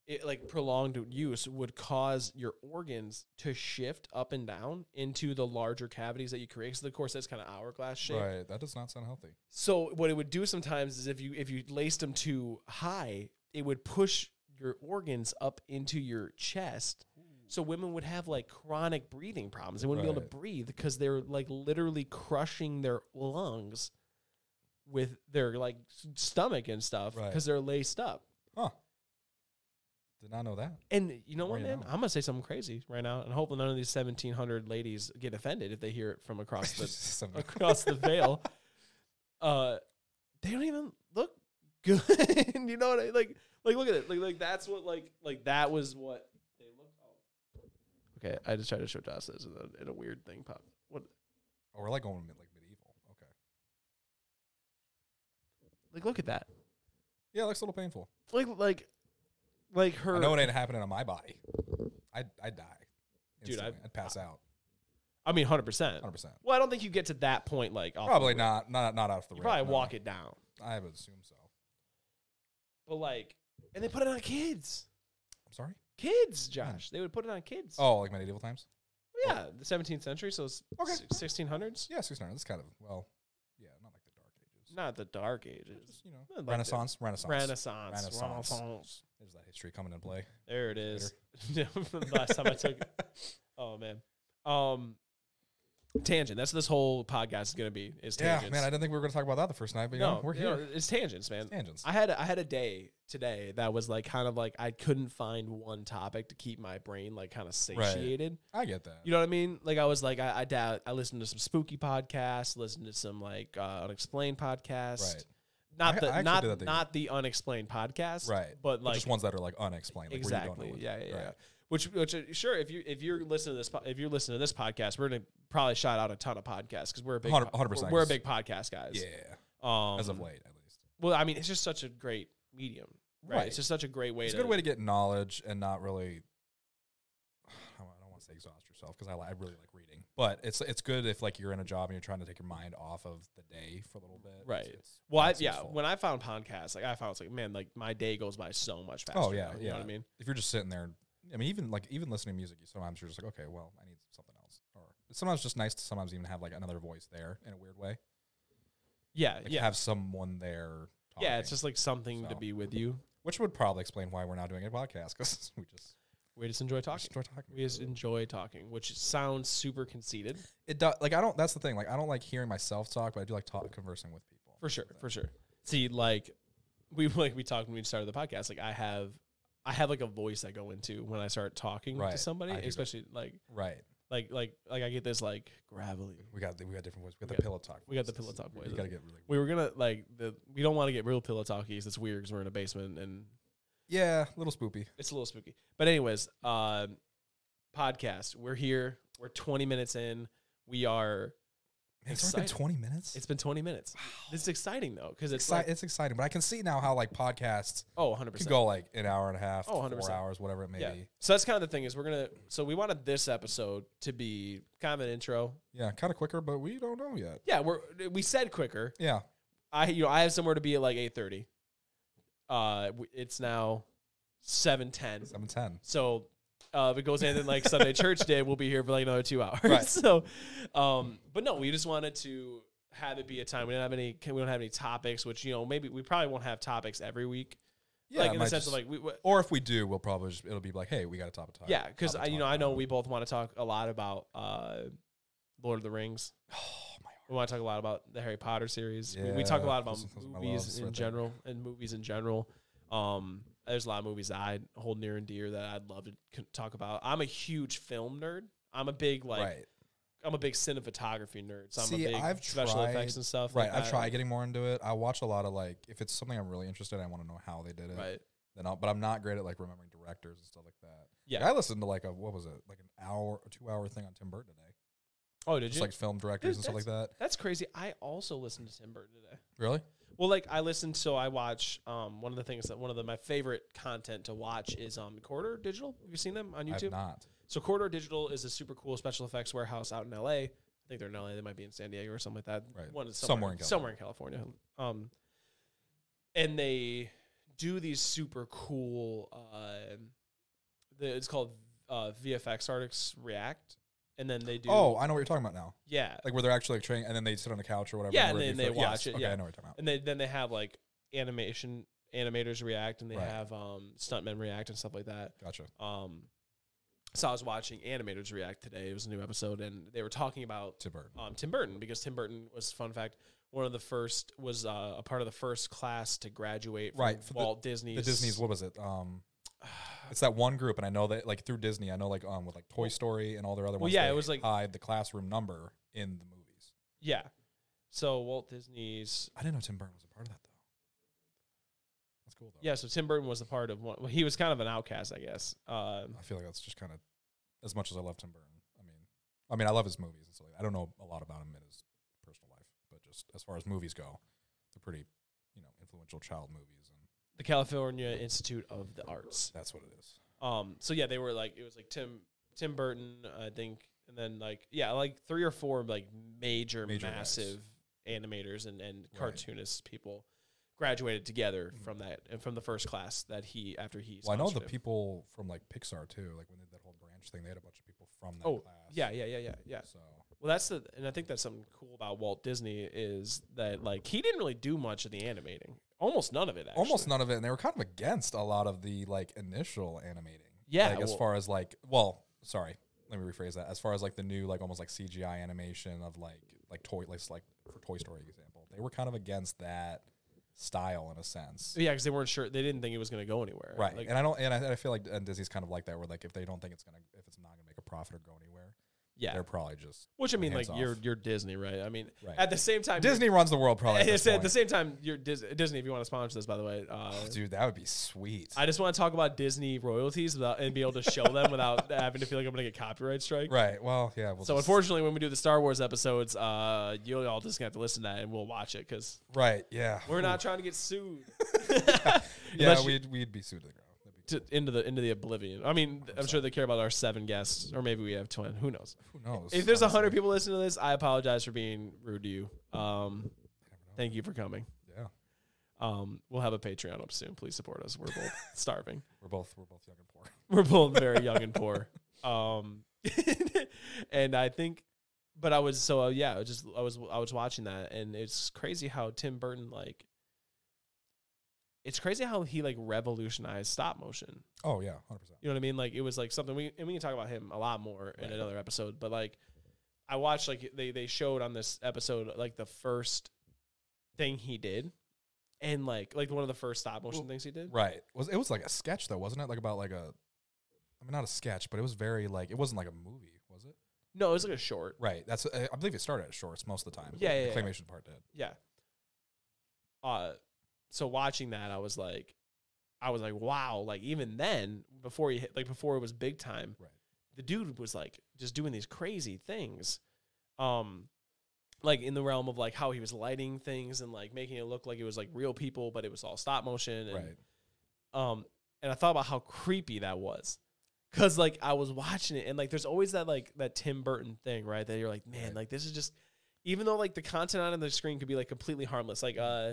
Speaker 2: it like prolonged use would cause your organs to shift up and down into the larger cavities that you create. Because the corset's kind of hourglass shape.
Speaker 1: Right. That does not sound healthy.
Speaker 2: So what it would do sometimes is if you if you laced them too high, it would push your organs up into your chest. So women would have like chronic breathing problems. They wouldn't be able to
Speaker 1: Right.
Speaker 2: breathe because they're like literally crushing their lungs with their like s- stomach and stuff
Speaker 1: Right.
Speaker 2: because they're laced up.
Speaker 1: Huh. Did not know that.
Speaker 2: And you know what,
Speaker 1: Right
Speaker 2: man?
Speaker 1: on.
Speaker 2: I'm gonna say something crazy right now, and hopefully none of these 1,700 ladies get offended if they hear it from across the
Speaker 1: Some-
Speaker 2: across the veil. Uh, they don't even look good. you know what I like? Like look at it. Like like that's what like like that was what they looked. Oh. Okay, I just tried to show Josh this, and a, and a weird thing popped. What?
Speaker 1: oh, we're like going mid- like medieval. Okay.
Speaker 2: Like look at that.
Speaker 1: Yeah, it looks a little painful.
Speaker 2: Like like like her.
Speaker 1: I know it ain't happening on my body. I'd, I'd die.
Speaker 2: Dude, I-
Speaker 1: instantly. I'd pass out.
Speaker 2: I mean, hundred percent.
Speaker 1: 100%.
Speaker 2: Well, I don't think you get to that point. Like off the
Speaker 1: Probably
Speaker 2: rip.
Speaker 1: not. Not not off the
Speaker 2: You
Speaker 1: rip,
Speaker 2: probably
Speaker 1: no.
Speaker 2: walk it down.
Speaker 1: I would assume so.
Speaker 2: But like, and they put it on kids.
Speaker 1: I'm sorry?
Speaker 2: Kids, Josh. They would put it on kids.
Speaker 1: Oh, like medieval times?
Speaker 2: yeah, the 17th century, so it's
Speaker 1: Okay.
Speaker 2: 1600s.
Speaker 1: Yeah, 600. That's kind of, well, yeah, not like the Dark Ages.
Speaker 2: Not the Dark Ages.
Speaker 1: Just, you know,
Speaker 2: I'd like to-
Speaker 1: Renaissance, Renaissance.
Speaker 2: Renaissance.
Speaker 1: Renaissance.
Speaker 2: Renaissance.
Speaker 1: There's that history coming into play.
Speaker 2: There it is. The Last time I took. Oh man. Um, tangent. That's what this whole podcast is gonna be. Is
Speaker 1: yeah,
Speaker 2: tangents.
Speaker 1: man, I didn't think we were going to talk about that the first night, but you
Speaker 2: no,
Speaker 1: know, we're
Speaker 2: you
Speaker 1: here.
Speaker 2: know, it's tangents, man.
Speaker 1: Tangents.
Speaker 2: I had I had a day today that was like kind of like I couldn't find one topic to keep my brain like kind of satiated.
Speaker 1: I get that.
Speaker 2: You know what I mean? Like I was like I I, doubt, I listened to some spooky podcasts, listened to some like uh, unexplained podcasts.
Speaker 1: Right.
Speaker 2: Not
Speaker 1: I- I
Speaker 2: the
Speaker 1: actually
Speaker 2: not
Speaker 1: did that the-
Speaker 2: not the unexplained podcast.
Speaker 1: Right.
Speaker 2: But like
Speaker 1: just ones that are like unexplained. Like Where
Speaker 2: exactly.
Speaker 1: you don't know
Speaker 2: yeah,
Speaker 1: what-
Speaker 2: yeah, yeah.
Speaker 1: right.
Speaker 2: Which, which, uh, sure. If you if you're listening to this, po- if you're listening to this podcast, we're gonna probably shout out a ton of podcasts because we're a big,
Speaker 1: Hundred-
Speaker 2: po-
Speaker 1: hundred
Speaker 2: we're-
Speaker 1: percent.
Speaker 2: we're a big podcast guys.
Speaker 1: Yeah.
Speaker 2: Um,
Speaker 1: As of late, at least.
Speaker 2: Well, I mean, it's just such a great medium, right?
Speaker 1: Right.
Speaker 2: It's just such a great way.
Speaker 1: It's a
Speaker 2: to,
Speaker 1: good way to get knowledge and not really. I don't- I don't want to say exhaust yourself because I, li- I really like reading, but it's it's good if like you're in a job and you're trying to take your mind off of the day for a little bit. It's-
Speaker 2: Right.
Speaker 1: it's-
Speaker 2: Well, I,
Speaker 1: it's
Speaker 2: yeah.
Speaker 1: useful.
Speaker 2: When I found podcasts, like I found, it's like man, like my day goes by so much faster.
Speaker 1: Oh, yeah,
Speaker 2: now, You know what I
Speaker 1: yeah.
Speaker 2: mean?
Speaker 1: if you're just sitting there, I mean, even like even listening to music, you sometimes you're just like, okay, well, I need something else. Or it's sometimes just nice to sometimes even have like another voice there in a weird way.
Speaker 2: Yeah,
Speaker 1: Like
Speaker 2: yeah,
Speaker 1: have someone there. Talking,
Speaker 2: yeah. It's just like something to
Speaker 1: So.
Speaker 2: be with you.
Speaker 1: which would probably explain why we're not doing a podcast because we just
Speaker 2: We just enjoy
Speaker 1: we
Speaker 2: talking.
Speaker 1: just enjoy talking.
Speaker 2: We just enjoy talking, which sounds super conceited
Speaker 1: it does like I don't. That's the thing. Like I don't like hearing myself talk, but I do like talk conversing with people.
Speaker 2: for sure, for sure. see like we like we talked when we started the podcast like i have i have like a voice i go into when i start talking to
Speaker 1: Right.
Speaker 2: somebody
Speaker 1: I hear that.
Speaker 2: especially like
Speaker 1: Right.
Speaker 2: like like like i get this like gravelly
Speaker 1: We got the, we got different voices. We got
Speaker 2: We
Speaker 1: the
Speaker 2: got-
Speaker 1: pillow talk.
Speaker 2: we got the
Speaker 1: voices.
Speaker 2: pillow talk
Speaker 1: We-
Speaker 2: voices.
Speaker 1: We got to get really.
Speaker 2: we were gonna like the we don't want to get real pillow talkies it's weird because we're in a basement and
Speaker 1: Yeah, little spoopy.
Speaker 2: it's a little spooky but anyways um podcast we're here we're 20 minutes in we are
Speaker 1: It's already been
Speaker 2: Exciting.
Speaker 1: 20 minutes.
Speaker 2: it's been 20 minutes this is exciting though because it's
Speaker 1: Exci-
Speaker 2: like
Speaker 1: it's exciting, but I can see now how like podcasts
Speaker 2: oh 100
Speaker 1: could
Speaker 2: percent
Speaker 1: go like an hour and a half,
Speaker 2: Oh,
Speaker 1: four
Speaker 2: 100%.
Speaker 1: hours, whatever it may
Speaker 2: yeah
Speaker 1: be.
Speaker 2: so that's kind of the thing is we're gonna so we wanted this episode to be kind of an intro
Speaker 1: Yeah, kind of quicker, but we don't know yet.
Speaker 2: yeah we're we said quicker
Speaker 1: Yeah,
Speaker 2: I you know I have somewhere to be at like eight thirty. Uh, w- it's now seven ten.
Speaker 1: seven ten.
Speaker 2: So, uh, if it goes anything like Sunday church day, we'll be here for like another two hours.
Speaker 1: Right.
Speaker 2: So, um, but no, we just wanted to have it be a time. We don't have any. We don't have any topics, which you know maybe we probably won't have topics every week.
Speaker 1: Yeah,
Speaker 2: like in
Speaker 1: it
Speaker 2: the
Speaker 1: might
Speaker 2: sense of
Speaker 1: just-
Speaker 2: like we. we
Speaker 1: or if we do, we'll probably just, it'll be like, hey, we got a top of time.
Speaker 2: yeah, because
Speaker 1: topic
Speaker 2: I,
Speaker 1: to
Speaker 2: you know,
Speaker 1: talk
Speaker 2: I know
Speaker 1: about.
Speaker 2: we both want to talk a lot about uh, Lord of the Rings.
Speaker 1: Oh my
Speaker 2: We want to talk a lot about the Harry Potter series. We, we talk a
Speaker 1: Yeah,
Speaker 2: lot about
Speaker 1: those are- those are my
Speaker 2: movies
Speaker 1: loves
Speaker 2: in
Speaker 1: right there.
Speaker 2: general and movies in general. Um, there's a lot of movies that I hold near and dear that I'd love to c- talk about. I'm a huge film nerd. I'm a big like
Speaker 1: right,
Speaker 2: I'm a big cinematography nerd. So I'm
Speaker 1: See,
Speaker 2: a big
Speaker 1: I've
Speaker 2: special effects
Speaker 1: tried-
Speaker 2: and stuff.
Speaker 1: right.
Speaker 2: like
Speaker 1: I've
Speaker 2: that.
Speaker 1: tried getting more into it. I watch a lot of like if it's something I'm really interested, in, I want to know how they did it.
Speaker 2: Right.
Speaker 1: Then I'll, but I'm not great at like remembering directors and stuff like that.
Speaker 2: Yeah.
Speaker 1: Like, I listened to like a what was it like an hour, two hour thing on Tim Burton today,
Speaker 2: Oh, did
Speaker 1: just
Speaker 2: you?
Speaker 1: like film directors
Speaker 2: Dude,
Speaker 1: and stuff like that.
Speaker 2: That's crazy. I also listened to Tim Burton today.
Speaker 1: Really?
Speaker 2: Well, like I listen, so I watch. Um, one of the things that one of the my favorite content to watch is um Corridor Digital. Have you seen them on
Speaker 1: I've
Speaker 2: YouTube?
Speaker 1: not.
Speaker 2: So Corridor Digital is a super cool special effects warehouse out in LA. I think they're in LA. They might be in San Diego or something like that.
Speaker 1: Right.
Speaker 2: One is
Speaker 1: Somewhere in
Speaker 2: somewhere in California. Um, and they do these super cool. Uh, the, it's called uh, VFX artists React, and then they do.
Speaker 1: Oh, I know what you're talking about now.
Speaker 2: yeah,
Speaker 1: Like where they're actually like training, and then they sit on a couch or whatever.
Speaker 2: Yeah,
Speaker 1: and
Speaker 2: and
Speaker 1: review
Speaker 2: then
Speaker 1: film.
Speaker 2: they
Speaker 1: Yes,
Speaker 2: watch it,
Speaker 1: Okay,
Speaker 2: yeah.
Speaker 1: I know what you're talking about.
Speaker 2: and they, then they have like animation animators react, and they
Speaker 1: Right.
Speaker 2: have um, stuntmen react and stuff like that.
Speaker 1: Gotcha.
Speaker 2: Um, so I was watching animators react today. It was a new episode, and they were talking about
Speaker 1: Tim Burton.
Speaker 2: um, Tim Burton because Tim Burton was fun fact one of the first was uh, a part of the first class to graduate from
Speaker 1: Right, for the-
Speaker 2: Walt Disney's
Speaker 1: The Disney's what was it? Um, it's that one group, and I know that like through Disney, I know like um with like Toy Story and all their other
Speaker 2: Well,
Speaker 1: ones.
Speaker 2: yeah, it
Speaker 1: they
Speaker 2: was like-
Speaker 1: hide the classroom number in the movies.
Speaker 2: yeah so Walt Disney's
Speaker 1: I didn't know Tim Burton was a part of that though. That's cool though.
Speaker 2: yeah so Tim Burton was a part of one well, he was kind of an outcast I guess um,
Speaker 1: I feel like that's just kind of as much as I love Tim Burton. I mean, I mean, I love his movies and stuff. Like that. I don't know a lot about him in his personal life, but just as far as movies go, they're pretty, you know, influential child movies, and
Speaker 2: the California Institute of the Arts
Speaker 1: that's what it is.
Speaker 2: um so yeah they were like it was like Tim Tim Burton I think and then like yeah like three or four like major,
Speaker 1: Major guys.
Speaker 2: massive animators and and
Speaker 1: Right.
Speaker 2: cartoonists people graduated together
Speaker 1: Mhm.
Speaker 2: from that and from the first class that he after he
Speaker 1: Well, I know the
Speaker 2: sponsored it.
Speaker 1: people from like Pixar too. Like when they did that whole branch thing, they had a bunch of people from that
Speaker 2: Oh,
Speaker 1: class.
Speaker 2: Yeah, yeah, yeah, yeah, yeah.
Speaker 1: So
Speaker 2: Well, that's the, and I think that's something cool about Walt Disney is that like he didn't really do much of the animating, almost none of it. Actually.
Speaker 1: almost none of it, and they were kind of against a lot of the like initial animating.
Speaker 2: Yeah,
Speaker 1: like as
Speaker 2: well-
Speaker 1: far as like, well, sorry, let me rephrase that. As far as like the new like almost like CGI animation of like like toy like like for Toy Story example, they were kind of against that style in a sense.
Speaker 2: Yeah, because they weren't sure. They didn't think it was going to go anywhere.
Speaker 1: Right,
Speaker 2: Like,
Speaker 1: and I don't, and I, I feel like and Disney's kind of like that, where like if they don't think it's gonna, if it's not gonna make a profit or go anywhere,
Speaker 2: yeah.
Speaker 1: they're probably just
Speaker 2: Which I mean, like
Speaker 1: hands
Speaker 2: you're
Speaker 1: off.
Speaker 2: you're Disney, right? I mean,
Speaker 1: Right.
Speaker 2: at the same time,
Speaker 1: Disney runs the world. Probably at this
Speaker 2: It's at the
Speaker 1: point.
Speaker 2: same time, you're Dis- Disney. If you want to sponsor this, by the way, uh,
Speaker 1: dude, that would be sweet.
Speaker 2: I just want to talk about Disney royalties without and be able to show them without having to feel like I'm going to get copyright strike.
Speaker 1: right. Well, yeah. We'll
Speaker 2: So
Speaker 1: just-
Speaker 2: unfortunately, when we do the Star Wars episodes, uh, you'll all just gonna have to listen to that and we'll watch it because
Speaker 1: right. Yeah.
Speaker 2: we're not trying to get sued.
Speaker 1: Yeah,
Speaker 2: Unless you-
Speaker 1: we'd we'd be sued to the ground. That'd be
Speaker 2: to, into the into the oblivion. I mean, I'm sure they care about our seven guests, or maybe we have twenty. Who knows?
Speaker 1: Who knows?
Speaker 2: If there's a hundred people listening to this, I apologize for being rude to you. Um, thank you for coming.
Speaker 1: yeah,
Speaker 2: Um, we'll have a Patreon up soon. Please support us. We're both starving.
Speaker 1: we're both we're both young and poor.
Speaker 2: We're both very young and poor. Um, and I think, but I was so uh, yeah. I was just I was I was watching that, and it's crazy how Tim Burton like. It's crazy how he like revolutionized stop motion.
Speaker 1: Oh yeah, hundred percent.
Speaker 2: You know what I mean? Like it was like something we and we can talk about him a lot more in
Speaker 1: Right.
Speaker 2: another episode. But like I watched like they they showed on this episode like the first thing he did and like like one of the first stop motion things he did.
Speaker 1: Right. Was it was like a sketch though, wasn't it? Like about like a, I mean not a sketch, but it was very like it wasn't like a movie, was it?
Speaker 2: No, it was like a short.
Speaker 1: Right. That's uh, I I believe it started at shorts most of the time.
Speaker 2: Yeah, yeah,
Speaker 1: The
Speaker 2: yeah.
Speaker 1: claymation part did.
Speaker 2: Yeah. Uh, so watching that, I was like, I was like, wow. Like even then, before he hit, like before it was big time,
Speaker 1: Right.
Speaker 2: the dude was like just doing these crazy things, um, like in the realm of like how he was lighting things and like making it look like it was like real people, but it was all stop motion. And,
Speaker 1: Right.
Speaker 2: Um, and I thought about how creepy that was. Cause like I was watching it and like there's always that like that Tim Burton thing, right? That you're like, man,
Speaker 1: Right.
Speaker 2: like this is just even though like the content on the screen could be like completely harmless. Like uh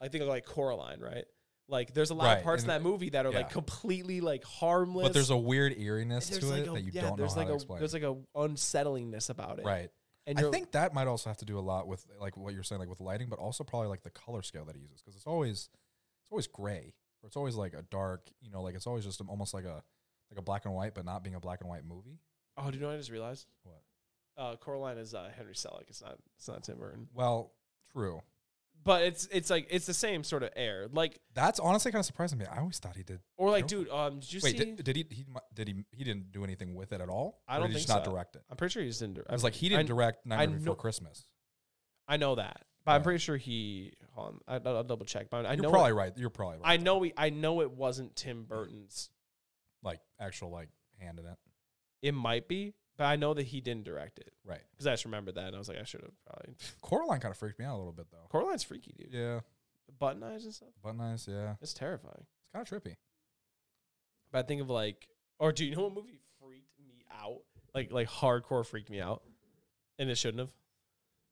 Speaker 2: I think of like Coraline, right? Like there's a lot of
Speaker 1: Right,
Speaker 2: parts in
Speaker 1: and-
Speaker 2: that movie that are
Speaker 1: yeah.
Speaker 2: like completely like harmless.
Speaker 1: But there's a weird
Speaker 2: and
Speaker 1: eeriness
Speaker 2: there's,
Speaker 1: to
Speaker 2: like,
Speaker 1: it
Speaker 2: a-
Speaker 1: that you
Speaker 2: yeah,
Speaker 1: don't know
Speaker 2: there's
Speaker 1: how
Speaker 2: like
Speaker 1: to
Speaker 2: a
Speaker 1: explain.
Speaker 2: there's like a unsettlingness about it.
Speaker 1: right.
Speaker 2: And
Speaker 1: I
Speaker 2: you're,
Speaker 1: think that might also have to do a lot with like what you're saying, like with lighting, but also probably like the color scale that he uses, because it's always it's always gray or it's always like a dark, you know, like it's always just almost like a like a black and white, but not being a black and white movie.
Speaker 2: Oh, do you know what I just realized?
Speaker 1: What?
Speaker 2: Uh Coraline is uh Henry Selick. It's not it's not Tim Burton.
Speaker 1: Well, true.
Speaker 2: But it's it's like it's the same sort of air. Like
Speaker 1: That's honestly kind of surprising me. I always thought he did.
Speaker 2: Or like,
Speaker 1: Joker.
Speaker 2: dude, um, did you
Speaker 1: Wait,
Speaker 2: see?
Speaker 1: did, did he? He mu- did he? He didn't do anything with it at all.
Speaker 2: I
Speaker 1: Or
Speaker 2: don't
Speaker 1: did he
Speaker 2: think
Speaker 1: just not
Speaker 2: so.
Speaker 1: direct it.
Speaker 2: I'm pretty sure he's in.
Speaker 1: I was like, he didn't direct Nightmare
Speaker 2: I
Speaker 1: Before
Speaker 2: know-
Speaker 1: Christmas.
Speaker 2: I know that, but I'm
Speaker 1: Yeah.
Speaker 2: pretty sure he. Hold on, I, will double check. But I
Speaker 1: You're
Speaker 2: know.
Speaker 1: probably
Speaker 2: it,
Speaker 1: right. You're probably right.
Speaker 2: I know. He, I know it wasn't Tim Burton's.
Speaker 1: like actual like hand in it.
Speaker 2: It might be, but I know that he didn't direct it
Speaker 1: Right.
Speaker 2: because I just remembered that, and I was like, I should have probably.
Speaker 1: Coraline kind of freaked me out a little bit though.
Speaker 2: Coraline's freaky, dude.
Speaker 1: Yeah,
Speaker 2: Button eyes and stuff.
Speaker 1: but nice. Yeah,
Speaker 2: It's terrifying.
Speaker 1: it's kind of trippy.
Speaker 2: But I think of like, or do you know what movie freaked me out? Like, like hardcore freaked me out, and it shouldn't have.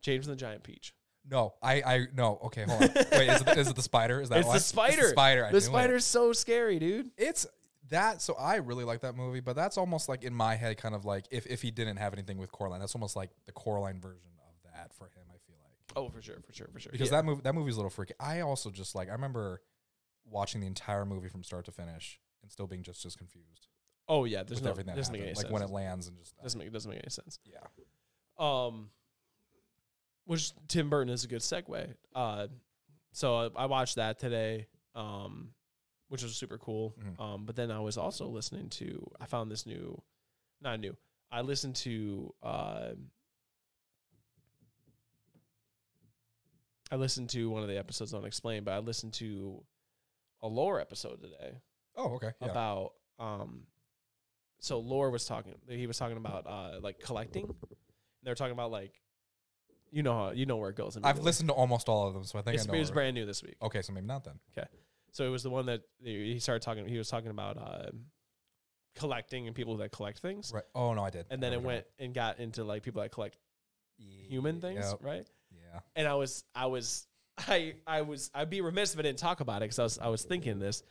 Speaker 2: James and the Giant Peach.
Speaker 1: No, I, I, no. Okay, hold on. Wait, is it, is it the spider? Is that
Speaker 2: It's the
Speaker 1: why?
Speaker 2: spider.
Speaker 1: spider. I knew
Speaker 2: the
Speaker 1: it.
Speaker 2: spider's so scary, dude.
Speaker 1: It's that. So I really like that movie, but that's almost like in my head, kind of like if if he didn't have anything with Coraline, that's almost like the Coraline version of that for him. I feel like.
Speaker 2: Oh, for sure, for sure, for sure.
Speaker 1: because
Speaker 2: Yeah.
Speaker 1: that movie that movie's a little freaky. I also just like I remember watching the entire movie from start to finish and still being just as confused
Speaker 2: Oh yeah, there's
Speaker 1: with
Speaker 2: no
Speaker 1: everything that
Speaker 2: doesn't
Speaker 1: happened.
Speaker 2: make any
Speaker 1: like
Speaker 2: sense.
Speaker 1: when it lands and just
Speaker 2: doesn't make doesn't make any sense.
Speaker 1: yeah.
Speaker 2: Um, which Tim Burton is a good segue. Uh, so I, I watched that today. Um, which was super cool.
Speaker 1: Mhm.
Speaker 2: Um, but then I was also listening to I found this new, not new. I listened to uh, I listened to one of the episodes on Explain, but I listened to a lore episode today.
Speaker 1: Oh okay. Yeah.
Speaker 2: about um so lore was talking he was talking about uh like collecting they were talking about like you know how you know where it goes
Speaker 1: I've
Speaker 2: immediately.
Speaker 1: listened to almost all of them, so I think
Speaker 2: it's,
Speaker 1: I know.
Speaker 2: it was
Speaker 1: where-
Speaker 2: brand new this week
Speaker 1: okay, so maybe not then.
Speaker 2: so it was the one that he started talking he was talking about uh collecting and people that collect things
Speaker 1: Right. Oh no, I did.
Speaker 2: and then
Speaker 1: I
Speaker 2: it
Speaker 1: know
Speaker 2: went and got into like people that collect
Speaker 1: what you're-
Speaker 2: human things
Speaker 1: Yep.
Speaker 2: right
Speaker 1: Yeah.
Speaker 2: and I was I was I I was I'd be remiss if I didn't talk about it because I was I was thinking this,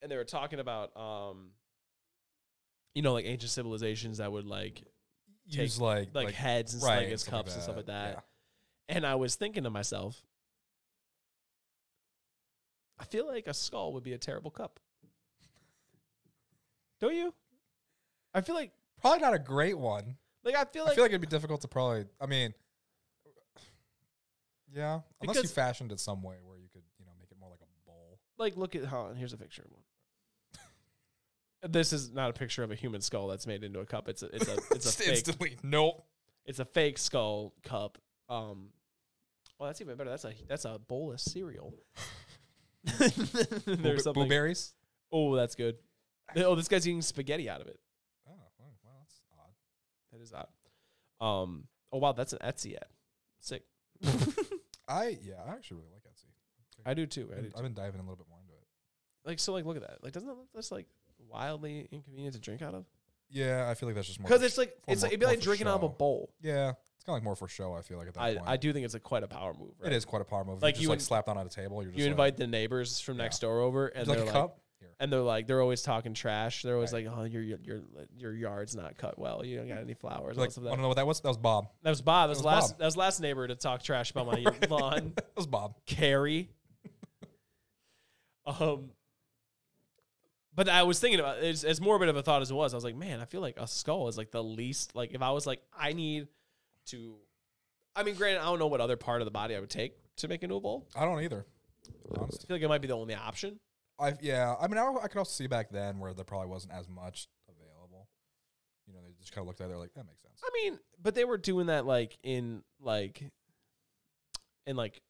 Speaker 2: and they were talking about um, you know, like ancient civilizations that would like Take-
Speaker 1: Use like
Speaker 2: like, heads and
Speaker 1: right,
Speaker 2: like as
Speaker 1: stuff like
Speaker 2: cups and stuff like that,
Speaker 1: yeah.
Speaker 2: and I was thinking to myself, I feel like a skull would be a terrible cup. Don't you? I feel like
Speaker 1: Probably not a great one.
Speaker 2: like I feel like,
Speaker 1: I feel like it'd be difficult to probably. I mean, yeah, unless you
Speaker 2: Because-
Speaker 1: fashioned it some way where you could, you know, make it more like a bowl.
Speaker 2: like look at how here's a picture of one. This is not a picture of a human skull that's made into a cup. It's a it's a it's a fake
Speaker 1: instantly nope.
Speaker 2: it's a fake skull cup. Um, well, that's even better. That's a that's a bowl of cereal.
Speaker 1: Blueberries.
Speaker 2: There's something.
Speaker 1: Blueberries.
Speaker 2: Oh, that's good. Oh, this guy's eating spaghetti out of it.
Speaker 1: Oh, wow, wow, that's odd.
Speaker 2: That is odd. Um. Oh wow, that's an Etsy ad. Sick.
Speaker 1: I yeah, I actually really like Etsy.
Speaker 2: I do too. I do
Speaker 1: I've been,
Speaker 2: too.
Speaker 1: I've been diving a little bit more into it.
Speaker 2: Like so, like look at that. Like doesn't that look that's like wildly inconvenient to drink out of?
Speaker 1: Yeah, I feel like that's just more
Speaker 2: Because
Speaker 1: for
Speaker 2: it's
Speaker 1: sh-
Speaker 2: like
Speaker 1: for
Speaker 2: it's
Speaker 1: more-
Speaker 2: like it'd be
Speaker 1: more
Speaker 2: like
Speaker 1: for
Speaker 2: drinking out of a
Speaker 1: show.
Speaker 2: bowl.
Speaker 1: yeah, it's kind of like more for show. I feel like at that
Speaker 2: I,
Speaker 1: point,
Speaker 2: I do think it's a quite a power move. Right?
Speaker 1: it is quite a power move.
Speaker 2: Like,
Speaker 1: Like you
Speaker 2: you
Speaker 1: just like
Speaker 2: in-
Speaker 1: slapped on at a table. You're just
Speaker 2: You
Speaker 1: like,
Speaker 2: invite the neighbors from next
Speaker 1: Yeah.
Speaker 2: door over, and
Speaker 1: "Would
Speaker 2: they're
Speaker 1: you like a
Speaker 2: like,
Speaker 1: cup here.
Speaker 2: and they're like they're always talking trash. They're always
Speaker 1: Right.
Speaker 2: like, "Oh, your your your your yard's not cut well. You don't got any flowers."
Speaker 1: You're Like,
Speaker 2: All
Speaker 1: I
Speaker 2: that.
Speaker 1: don't know what that was. That was Bob.
Speaker 2: that was Bob. That was,
Speaker 1: was
Speaker 2: last.
Speaker 1: Bob.
Speaker 2: That was last neighbor to talk trash about my lawn.
Speaker 1: that was Bob.
Speaker 2: Carrie. um, but I was thinking about it's as morbid of a thought as it was. I was like, man, I feel like a skull is like the least. Like if I was like, I need to. I mean, granted, I don't know what other part of the body I would take to make into a bowl.
Speaker 1: I don't either. Honestly,
Speaker 2: I feel like it might be the only option.
Speaker 1: I yeah. I mean, I, I could also see back then where there probably wasn't as much available. You know, they just kind of looked at it. They're like, that makes sense.
Speaker 2: I mean, but they were doing that like in like in like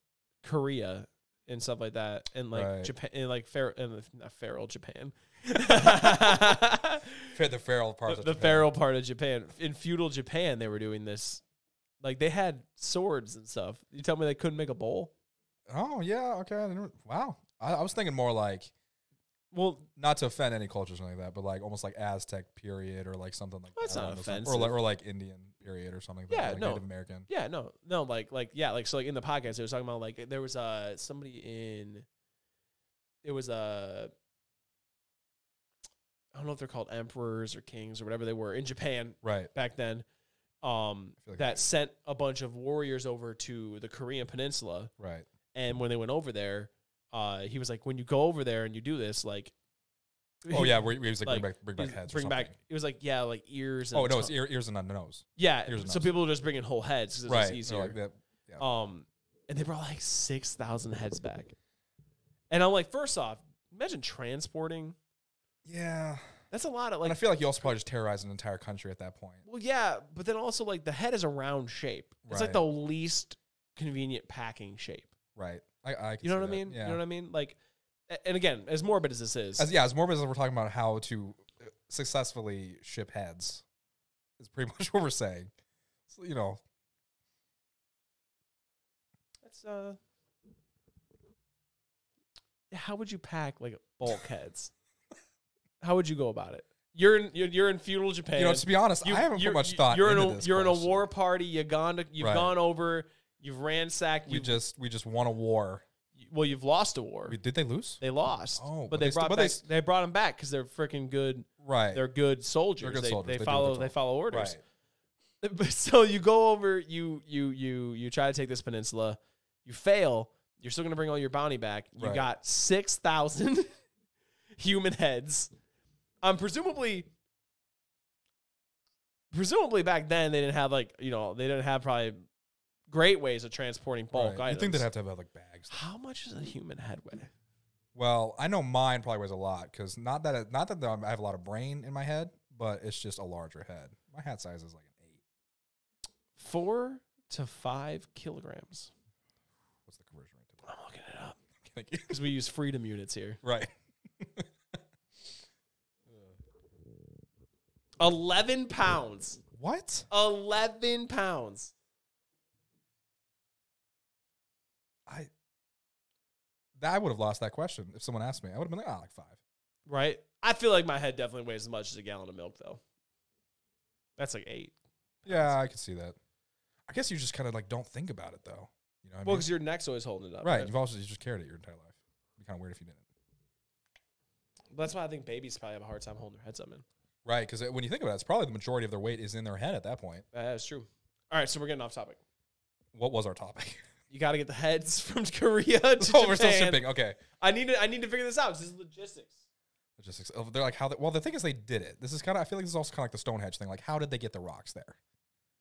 Speaker 2: Korea and stuff like that, and like
Speaker 1: Right.
Speaker 2: Japan, and like Pharaoh, and not feral Japan.
Speaker 1: Fit the feral part.
Speaker 2: the, the feral part of Japan. In feudal Japan, they were doing this. Like they had swords and stuff. You tell me they couldn't make a bowl?
Speaker 1: Oh yeah. Okay. I didn't- Wow. I, I was thinking more like
Speaker 2: Well,
Speaker 1: not to offend any cultures or anything like that, but like almost like Aztec period or like something like
Speaker 2: That's
Speaker 1: that.
Speaker 2: not
Speaker 1: along those lines. Or
Speaker 2: offensive.
Speaker 1: like, or like Indian period or something. like that,
Speaker 2: Yeah,
Speaker 1: Like
Speaker 2: no.
Speaker 1: Native American.
Speaker 2: yeah, no, no, like, like, yeah, like, so, like, in the podcast, they was talking about like there was uh somebody in, it was uh, I don't know if they're called emperors or kings or whatever they were in Japan
Speaker 1: Right.
Speaker 2: back then, um,
Speaker 1: I feel like-
Speaker 2: that sent a bunch of warriors over to the Korean Peninsula,
Speaker 1: Right.
Speaker 2: and when they went over there, uh, he was like, when you go over there and you do this, like,
Speaker 1: Oh yeah. We, we was like,
Speaker 2: Like,
Speaker 1: bring back bring back
Speaker 2: he's-
Speaker 1: heads. or
Speaker 2: bring back.
Speaker 1: something.
Speaker 2: It was like yeah, like ears. And
Speaker 1: Oh no,
Speaker 2: tongue-
Speaker 1: it's ear, ears and a nose.
Speaker 2: yeah.
Speaker 1: ears and
Speaker 2: so
Speaker 1: nose.
Speaker 2: people were just bringing whole heads because it
Speaker 1: Right.
Speaker 2: was
Speaker 1: so,
Speaker 2: easier.
Speaker 1: Like that. yeah.
Speaker 2: Um, and they brought like six thousand heads back, and I'm like, first off, imagine transporting.
Speaker 1: Yeah.
Speaker 2: That's a lot of
Speaker 1: and I
Speaker 2: like.
Speaker 1: feel like you also probably just terrorized an entire country at that point.
Speaker 2: Well, yeah, but then also like the head is a round shape. It's like
Speaker 1: Right.
Speaker 2: the least convenient packing shape.
Speaker 1: Right. I, I can
Speaker 2: You know
Speaker 1: see
Speaker 2: what I
Speaker 1: that,
Speaker 2: mean?
Speaker 1: Yeah.
Speaker 2: You know what I mean? Like, a- and again, as morbid as this is,
Speaker 1: As, yeah, as morbid as we're talking about how to uh, successfully ship heads, is pretty much what we're saying. So, you know,
Speaker 2: that's uh. How would you pack like bulkheads? How would you go about it? You're in you're, you're in feudal Japan.
Speaker 1: you know. To be honest, I haven't
Speaker 2: you're-
Speaker 1: put much
Speaker 2: you-
Speaker 1: thought
Speaker 2: You're
Speaker 1: into
Speaker 2: in a
Speaker 1: this.
Speaker 2: you're in a
Speaker 1: question.
Speaker 2: war party. You've gone to, you've
Speaker 1: Right.
Speaker 2: gone over. You've ransacked.
Speaker 1: We
Speaker 2: You've,
Speaker 1: just we just won a war.
Speaker 2: well, you've lost a war.
Speaker 1: We, did they lose?
Speaker 2: they lost.
Speaker 1: Oh,
Speaker 2: but,
Speaker 1: but
Speaker 2: they,
Speaker 1: they still-
Speaker 2: brought
Speaker 1: but they
Speaker 2: back,
Speaker 1: s-
Speaker 2: they, brought them back because they're freaking good.
Speaker 1: Right.
Speaker 2: They're good soldiers.
Speaker 1: good
Speaker 2: they,
Speaker 1: soldiers.
Speaker 2: they
Speaker 1: They do
Speaker 2: follow
Speaker 1: control.
Speaker 2: they follow orders.
Speaker 1: right.
Speaker 2: But so you go over. You you you you try to take this peninsula. You fail. You're still gonna bring all your bounty back. You
Speaker 1: Right.
Speaker 2: got six thousand human heads. Um, presumably, presumably back then they didn't have like you know they didn't have probably great ways of transporting bulk
Speaker 1: right. You
Speaker 2: items.
Speaker 1: think they'd have to have like bags?
Speaker 2: How much is a human head weigh?
Speaker 1: Well, I know mine probably weighs a lot because not that it, not that I'm- I have a lot of brain in my head, but it's just a larger head. My hat size is like an eight.
Speaker 2: Four to five kilograms.
Speaker 1: What's the conversion rate?
Speaker 2: I'm looking it up
Speaker 1: To that? Can I get-
Speaker 2: because we use freedom units here.
Speaker 1: right.
Speaker 2: Eleven pounds.
Speaker 1: What?
Speaker 2: Eleven pounds.
Speaker 1: I that I would have lost that question if someone asked me. I would have been like, oh, like five.
Speaker 2: right? I feel like my head definitely weighs as much as a gallon of milk, though. That's like eight.
Speaker 1: Yeah, I could see that. I guess you just kind of like don't think about it though. You know, what I
Speaker 2: Well,
Speaker 1: mean?
Speaker 2: because your neck's always holding it up,
Speaker 1: right? You've also you just carried it your entire life. It'd be kind of weird if you didn't.
Speaker 2: That's why I think babies probably have a hard time holding their heads up, man.
Speaker 1: Right? Because when you think about it, it's probably the majority of their weight is in their head at that point.
Speaker 2: That's true. All right, so we're getting off topic.
Speaker 1: What was our topic?
Speaker 2: You got to get the heads from Korea to
Speaker 1: oh, we're still
Speaker 2: Japan.
Speaker 1: shipping. Okay.
Speaker 2: I need to. I need to figure this out. 'cause This is logistics.
Speaker 1: Logistics. Oh, They're like how. They, well, the thing is, they did it. This is kind of. I feel like this is also kind of like the Stonehenge thing. Like, how did they get the rocks there?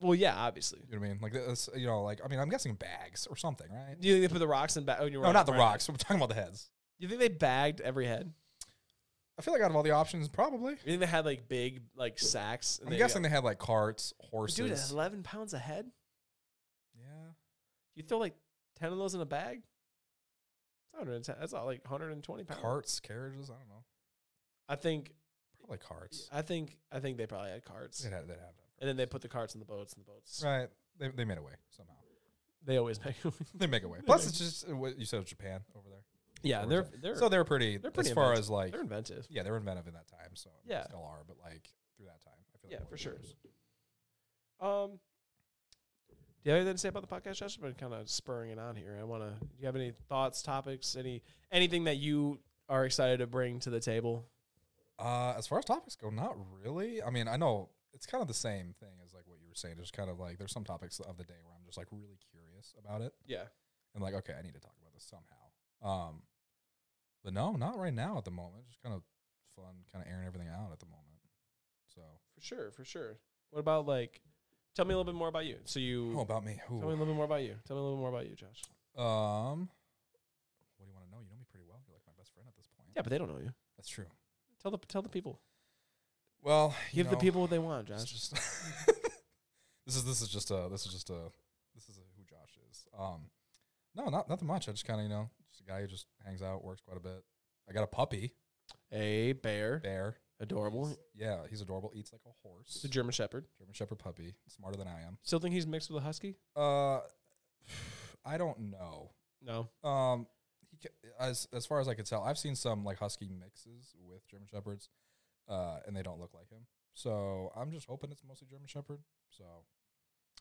Speaker 2: Well, yeah, obviously.
Speaker 1: You know what I mean? Like, this, you know, like I mean, I'm guessing bags or something, right?
Speaker 2: Do you think they put the rocks in? Ba- oh, you're
Speaker 1: No,
Speaker 2: right,
Speaker 1: not the
Speaker 2: right.
Speaker 1: rocks. We're talking about the heads.
Speaker 2: You think they bagged every head?
Speaker 1: I feel like out of all the options, probably.
Speaker 2: You think they had like big like sacks? uh,
Speaker 1: I'm guessing they had like carts, horses.
Speaker 2: dude, eleven pounds a head.
Speaker 1: yeah.
Speaker 2: You throw like ten of those in a bag. That's 110 That's not like 120 pounds.
Speaker 1: Carts, carriages. I don't know.
Speaker 2: I think
Speaker 1: Probably carts.
Speaker 2: I think I think they probably had carts,
Speaker 1: They'd have, they'd have
Speaker 2: and then they put the carts in the boats, and the boats
Speaker 1: right. They, they made a way somehow.
Speaker 2: they always make.
Speaker 1: They make a way.
Speaker 2: They
Speaker 1: Plus,
Speaker 2: make-
Speaker 1: it's just uh, what you said, Japan over there.
Speaker 2: yeah,
Speaker 1: Or
Speaker 2: they're
Speaker 1: was
Speaker 2: they're
Speaker 1: so they're pretty.
Speaker 2: they're pretty
Speaker 1: as far
Speaker 2: inventive.
Speaker 1: as like,
Speaker 2: they're inventive.
Speaker 1: yeah, they were inventive in that time. So I mean,
Speaker 2: Yeah.
Speaker 1: still are, but like through that time, I feel
Speaker 2: Yeah,
Speaker 1: like they
Speaker 2: for
Speaker 1: were
Speaker 2: sure.
Speaker 1: leaders.
Speaker 2: Um, do you have anything to say about the podcast? Josh? I've been kind of spurring it on here. I want to. Do you have any thoughts, topics, any anything that you are excited to bring to the table?
Speaker 1: Uh, as far as topics go, not really. I mean, I know it's kind of the same thing as like what you were saying. There's kind of like there's some topics of the day where I'm just like really curious about it.
Speaker 2: Yeah,
Speaker 1: and like, okay, I need to talk about this somehow. Um, but no, not right now at the moment. Just kind of fun, kind of airing everything out at the moment. So,
Speaker 2: for sure, for sure. What about like? Tell me a little bit more about you. So you
Speaker 1: oh, about me.
Speaker 2: tell
Speaker 1: Ooh.
Speaker 2: me a little bit more about you. Tell me a little bit more about you, Josh.
Speaker 1: Um, what do you want to
Speaker 2: Yeah, but they don't know you.
Speaker 1: That's true.
Speaker 2: Tell the tell the people.
Speaker 1: Well, you
Speaker 2: Give the
Speaker 1: know,
Speaker 2: people what they want,
Speaker 1: it's
Speaker 2: Josh.
Speaker 1: just- this is this is just a this is just a this is who Josh is. Um, no, not nothing much. I just kind of you know just a guy who just hangs out, works quite a bit. I got a puppy,
Speaker 2: a bear,
Speaker 1: bear.
Speaker 2: adorable.
Speaker 1: He's- yeah, he's adorable. Eats like a horse.
Speaker 2: It's a German Shepherd.
Speaker 1: German Shepherd puppy, smarter than I am.
Speaker 2: Still think he's mixed with a husky?
Speaker 1: Uh, I don't know.
Speaker 2: No.
Speaker 1: Um, he ca- as as far as I could tell, I've seen some like husky mixes with German shepherds, uh, and they don't look like him. So I'm just hoping it's mostly German shepherd. So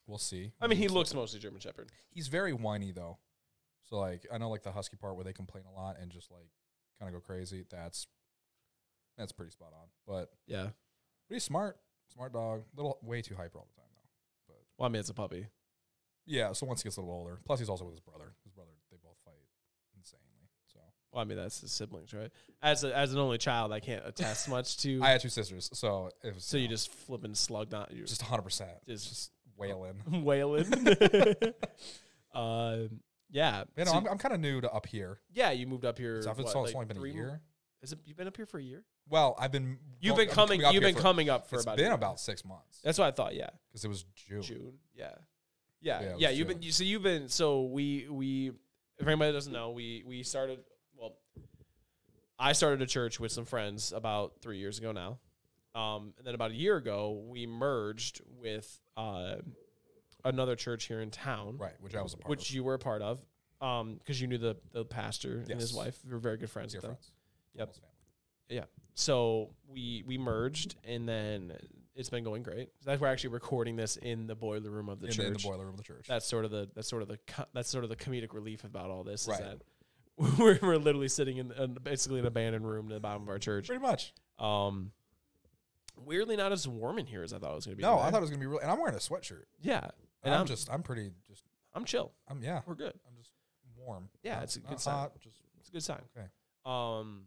Speaker 1: we'll see.
Speaker 2: I mean, he looks mostly German Shepherd.
Speaker 1: he's very whiny though. So like I know like the husky part where they complain a lot and just like kind of go crazy. That's that's pretty spot on. But
Speaker 2: Yeah.
Speaker 1: pretty smart, smart dog. Little way too hyper all the time though.
Speaker 2: Well, I mean, it's a puppy.
Speaker 1: Yeah. So once he gets a little older, plus he's also with his brother. His brother they both fight insanely. So
Speaker 2: Well, I mean, that's his siblings, right? As a, as an only child, I can't attest much to.
Speaker 1: I had two sisters, so it was
Speaker 2: so you
Speaker 1: know,
Speaker 2: just flipping slugged on. You're just
Speaker 1: just 100 percent
Speaker 2: Just-
Speaker 1: just wailing.
Speaker 2: Oh. wailing. um, yeah.
Speaker 1: You know,
Speaker 2: So-
Speaker 1: I'm, I'm kind of new to up here.
Speaker 2: yeah, you moved up here.
Speaker 1: So I've been,
Speaker 2: what,
Speaker 1: so it's
Speaker 2: like
Speaker 1: only been a
Speaker 2: three mo-
Speaker 1: year.
Speaker 2: Is it? You've been up here for a year.
Speaker 1: Well, I've been
Speaker 2: You've
Speaker 1: well,
Speaker 2: been
Speaker 1: I'm
Speaker 2: coming.
Speaker 1: up
Speaker 2: you've
Speaker 1: here
Speaker 2: been
Speaker 1: for-
Speaker 2: coming up for
Speaker 1: It's
Speaker 2: about. a
Speaker 1: been
Speaker 2: year.
Speaker 1: about six months
Speaker 2: That's what I thought. Yeah.
Speaker 1: because it was June.
Speaker 2: June. Yeah. Yeah.
Speaker 1: Yeah,
Speaker 2: Yeah.
Speaker 1: it was
Speaker 2: you've been
Speaker 1: June.
Speaker 2: you, so you've been so we we if anybody doesn't know, we we started well I started a church with some friends about three years ago now. Um and then about a year ago we merged with uh another church here in town.
Speaker 1: Right, which I was a part
Speaker 2: Which
Speaker 1: of.
Speaker 2: you were a part of. Um, because you knew the the pastor and his
Speaker 1: Yes.
Speaker 2: wife. We were very good friends
Speaker 1: Dear
Speaker 2: with them.
Speaker 1: friends.
Speaker 2: Yep.
Speaker 1: Almost family.
Speaker 2: So we we merged and then it's been going great. That's we're actually recording this in the boiler room of the
Speaker 1: in,
Speaker 2: church
Speaker 1: the, in the boiler room of the church.
Speaker 2: that's sort of the that's sort of the co- that's sort of the comedic relief about all this
Speaker 1: Right.
Speaker 2: is that we're, we're literally sitting in uh, basically an abandoned room in the bottom of our church.
Speaker 1: Pretty much.
Speaker 2: Um, weirdly not as warm in here as I thought it was gonna be.
Speaker 1: No,
Speaker 2: today.
Speaker 1: I thought it was gonna be real, and I'm wearing a sweatshirt.
Speaker 2: yeah,
Speaker 1: And
Speaker 2: and
Speaker 1: I'm,
Speaker 2: I'm, just
Speaker 1: just, I'm pretty, just,
Speaker 2: I'm chill.
Speaker 1: I'm yeah,
Speaker 2: We're good.
Speaker 1: I'm just warm.
Speaker 2: Yeah,
Speaker 1: Not-
Speaker 2: it's a
Speaker 1: not
Speaker 2: good sign.
Speaker 1: hot. Just
Speaker 2: It's a good sign.
Speaker 1: Okay.
Speaker 2: Um.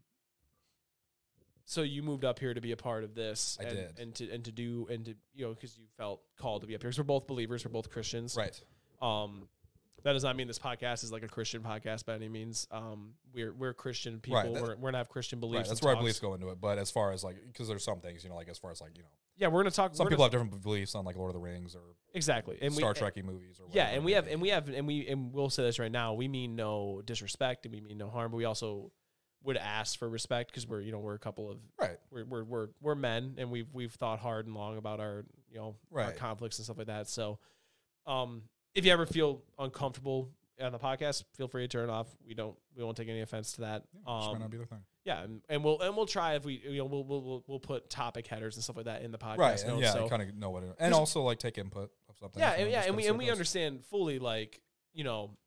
Speaker 2: So you moved up here to be a part of this.
Speaker 1: I
Speaker 2: and,
Speaker 1: did.
Speaker 2: and to and to do and to you know because you felt called to be up here. 'Cause we're both believers. We're both Christians.
Speaker 1: right.
Speaker 2: Um, that does not mean this podcast is like a Christian podcast by any means. Um, we're we're Christian people.
Speaker 1: that-
Speaker 2: we're we're gonna have Christian beliefs.
Speaker 1: Right.
Speaker 2: and
Speaker 1: That's where our
Speaker 2: talks.
Speaker 1: beliefs go into it. But as far as like, because there's some things, you know, like as far as like, you know,
Speaker 2: Yeah, we're gonna talk.
Speaker 1: some
Speaker 2: we're
Speaker 1: people
Speaker 2: gonna-
Speaker 1: have different beliefs on like Lord of the Rings or
Speaker 2: exactly and
Speaker 1: Star
Speaker 2: we,
Speaker 1: Trek movies or
Speaker 2: Yeah,
Speaker 1: whatever
Speaker 2: and
Speaker 1: it
Speaker 2: we
Speaker 1: may
Speaker 2: have
Speaker 1: be.
Speaker 2: and we have and we and we'll say this right now. We mean no disrespect and we mean no harm, but we also would ask for respect because we're you know we're a couple of
Speaker 1: right.
Speaker 2: we're we're we're, we're men and we've we've thought hard and long about our you know our
Speaker 1: Right.
Speaker 2: conflicts and stuff like that. So, um, if you ever feel uncomfortable on the podcast, feel free to turn it off. We don't we won't take any offense to that.
Speaker 1: Yeah, just might
Speaker 2: Um,
Speaker 1: not be their thing.
Speaker 2: yeah, and, and we'll and we'll try if we you know we'll we'll we'll, we'll put topic headers and stuff like that in the podcast
Speaker 1: Right. And
Speaker 2: notes.
Speaker 1: yeah,
Speaker 2: so
Speaker 1: kind of know what it And also like take input of something.
Speaker 2: yeah,
Speaker 1: if
Speaker 2: and,
Speaker 1: someone
Speaker 2: yeah,
Speaker 1: just
Speaker 2: and we
Speaker 1: kinda
Speaker 2: and we
Speaker 1: circles.
Speaker 2: understand fully like you know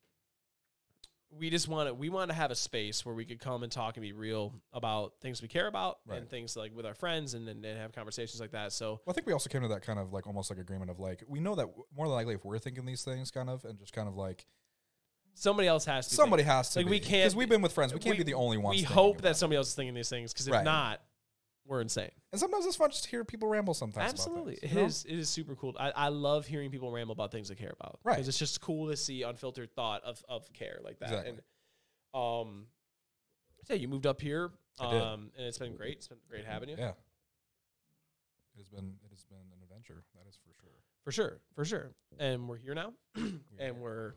Speaker 2: we just want to we want to have a space where we could come and talk and be real about things we care about
Speaker 1: Right.
Speaker 2: and things like with our friends and and, and have conversations like that. So
Speaker 1: Well, I think we also came to that kind of like almost like agreement of like, we know that w- more than likely if we're thinking these things kind of and just kind of like
Speaker 2: somebody else has to be
Speaker 1: somebody has to
Speaker 2: Like, we
Speaker 1: because
Speaker 2: can't-
Speaker 1: we've been with friends. We can't
Speaker 2: we-
Speaker 1: be the only
Speaker 2: thinking-
Speaker 1: ones.
Speaker 2: we
Speaker 1: thinking
Speaker 2: hope
Speaker 1: about
Speaker 2: that
Speaker 1: it.
Speaker 2: somebody else is thinking these things because if
Speaker 1: Right.
Speaker 2: not, we're insane.
Speaker 1: And sometimes it's fun just to hear people ramble sometimes. about
Speaker 2: Absolutely,
Speaker 1: things,
Speaker 2: it
Speaker 1: you know?
Speaker 2: is. It is super cool. I, I love hearing people ramble about things they care about.
Speaker 1: Right.
Speaker 2: because it's just cool to see unfiltered thought of of care like that.
Speaker 1: Exactly.
Speaker 2: And um, yeah, you moved up here.
Speaker 1: I did.
Speaker 2: Um, and it's been great. It's been great having you
Speaker 1: Yeah. It has been it has been an adventure. That is for sure.
Speaker 2: for sure, for sure. And we're here now,
Speaker 1: We
Speaker 2: and
Speaker 1: are.
Speaker 2: we're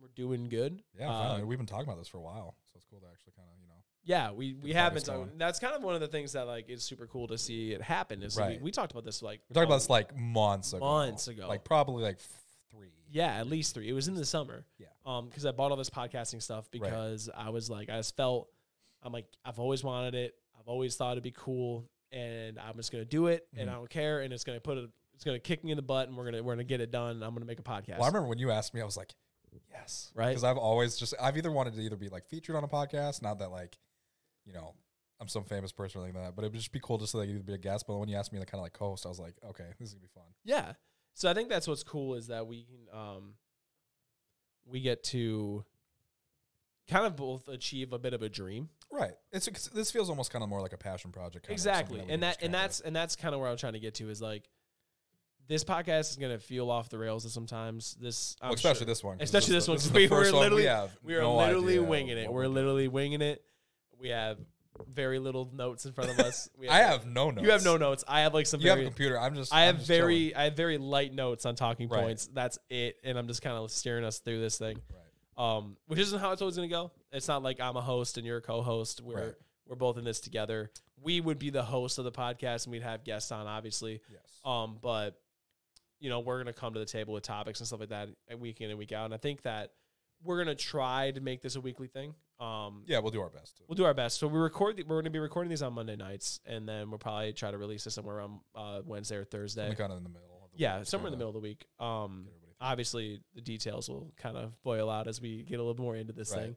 Speaker 2: we're doing good.
Speaker 1: yeah,
Speaker 2: Uh,
Speaker 1: finally. we've been talking about this for a while, so it's cool to actually kind of you know
Speaker 2: Yeah, we we
Speaker 1: the
Speaker 2: have been.
Speaker 1: progress
Speaker 2: Talking,
Speaker 1: going.
Speaker 2: that's kind of one of the things that like is super cool to see it happen. Is
Speaker 1: Right.
Speaker 2: we, we talked about this like
Speaker 1: we talked
Speaker 2: a
Speaker 1: about this like months ago,
Speaker 2: Oh, months ago.
Speaker 1: like probably like f- three.
Speaker 2: Yeah, at least three. It was in the summer.
Speaker 1: Yeah.
Speaker 2: Um, because I bought all this podcasting stuff because I was like, I just felt, I'm like, I've always wanted it. I've always thought it'd be cool, and I'm just gonna do it, and
Speaker 1: Mhm.
Speaker 2: I don't care, and it's gonna put it, it's gonna kick me in the butt, and we're gonna we're gonna get it done. And I'm gonna make a podcast.
Speaker 1: Well, I remember when you asked me, I was like, yes,
Speaker 2: Right.
Speaker 1: Because I've always just I've either wanted to either be like featured on a podcast, not that like, you know, I'm some famous person or anything like that, but it would just be cool just to like either be a guest. But when you asked me like kind of like co-host, I was like, okay, this is gonna be fun.
Speaker 2: yeah. So I think that's what's cool is that we can um, we get to kind of both achieve a bit of a dream.
Speaker 1: Right. It's 'cause this feels almost kind of more like a passion project. kind of, something
Speaker 2: exactly
Speaker 1: we
Speaker 2: and
Speaker 1: can
Speaker 2: that
Speaker 1: just
Speaker 2: and
Speaker 1: kinda-
Speaker 2: that's and that's kind of where i'm trying to get to is like this podcast is going to feel off the rails sometimes this
Speaker 1: well,
Speaker 2: I'm
Speaker 1: especially
Speaker 2: sure-
Speaker 1: this one, 'cause
Speaker 2: especially this
Speaker 1: is the-
Speaker 2: one
Speaker 1: is
Speaker 2: 'cause
Speaker 1: the
Speaker 2: we were
Speaker 1: first one
Speaker 2: literally-
Speaker 1: have
Speaker 2: we are
Speaker 1: no
Speaker 2: literally
Speaker 1: idea
Speaker 2: winging it
Speaker 1: what
Speaker 2: we're
Speaker 1: doing.
Speaker 2: literally winging it we have very little notes in front of us. We
Speaker 1: I have no notes.
Speaker 2: You have no notes. I have like some
Speaker 1: You have a
Speaker 2: very.
Speaker 1: computer. I'm just.
Speaker 2: I
Speaker 1: I'm
Speaker 2: have
Speaker 1: just
Speaker 2: very.
Speaker 1: chilling.
Speaker 2: I have very light notes on talking
Speaker 1: Right.
Speaker 2: points. That's it, and I'm just kind of steering us through this thing,
Speaker 1: Right.
Speaker 2: um, which isn't how it's always going to go. It's not like I'm a host and you're a co-host. We're
Speaker 1: Right.
Speaker 2: we're both in this together. We would be the host of the podcast, and we'd have guests on, obviously.
Speaker 1: Yes.
Speaker 2: Um, but you know, we're gonna come to the table with topics and stuff like that uh, week in and week out. And I think that we're gonna try to make this a weekly thing. Um,
Speaker 1: yeah, we'll do our best. To.
Speaker 2: we'll do our best. So we record. The, we're gonna be recording these on Monday nights, and then we'll probably try to release this somewhere on uh, Wednesday or Thursday.
Speaker 1: kind of in the middle. Of the
Speaker 2: Yeah,
Speaker 1: week,
Speaker 2: somewhere in the
Speaker 1: kinda
Speaker 2: middle of the week. Um,
Speaker 1: get everybody-
Speaker 2: obviously the details will kind of boil out as we get a little more into this
Speaker 1: Right.
Speaker 2: thing.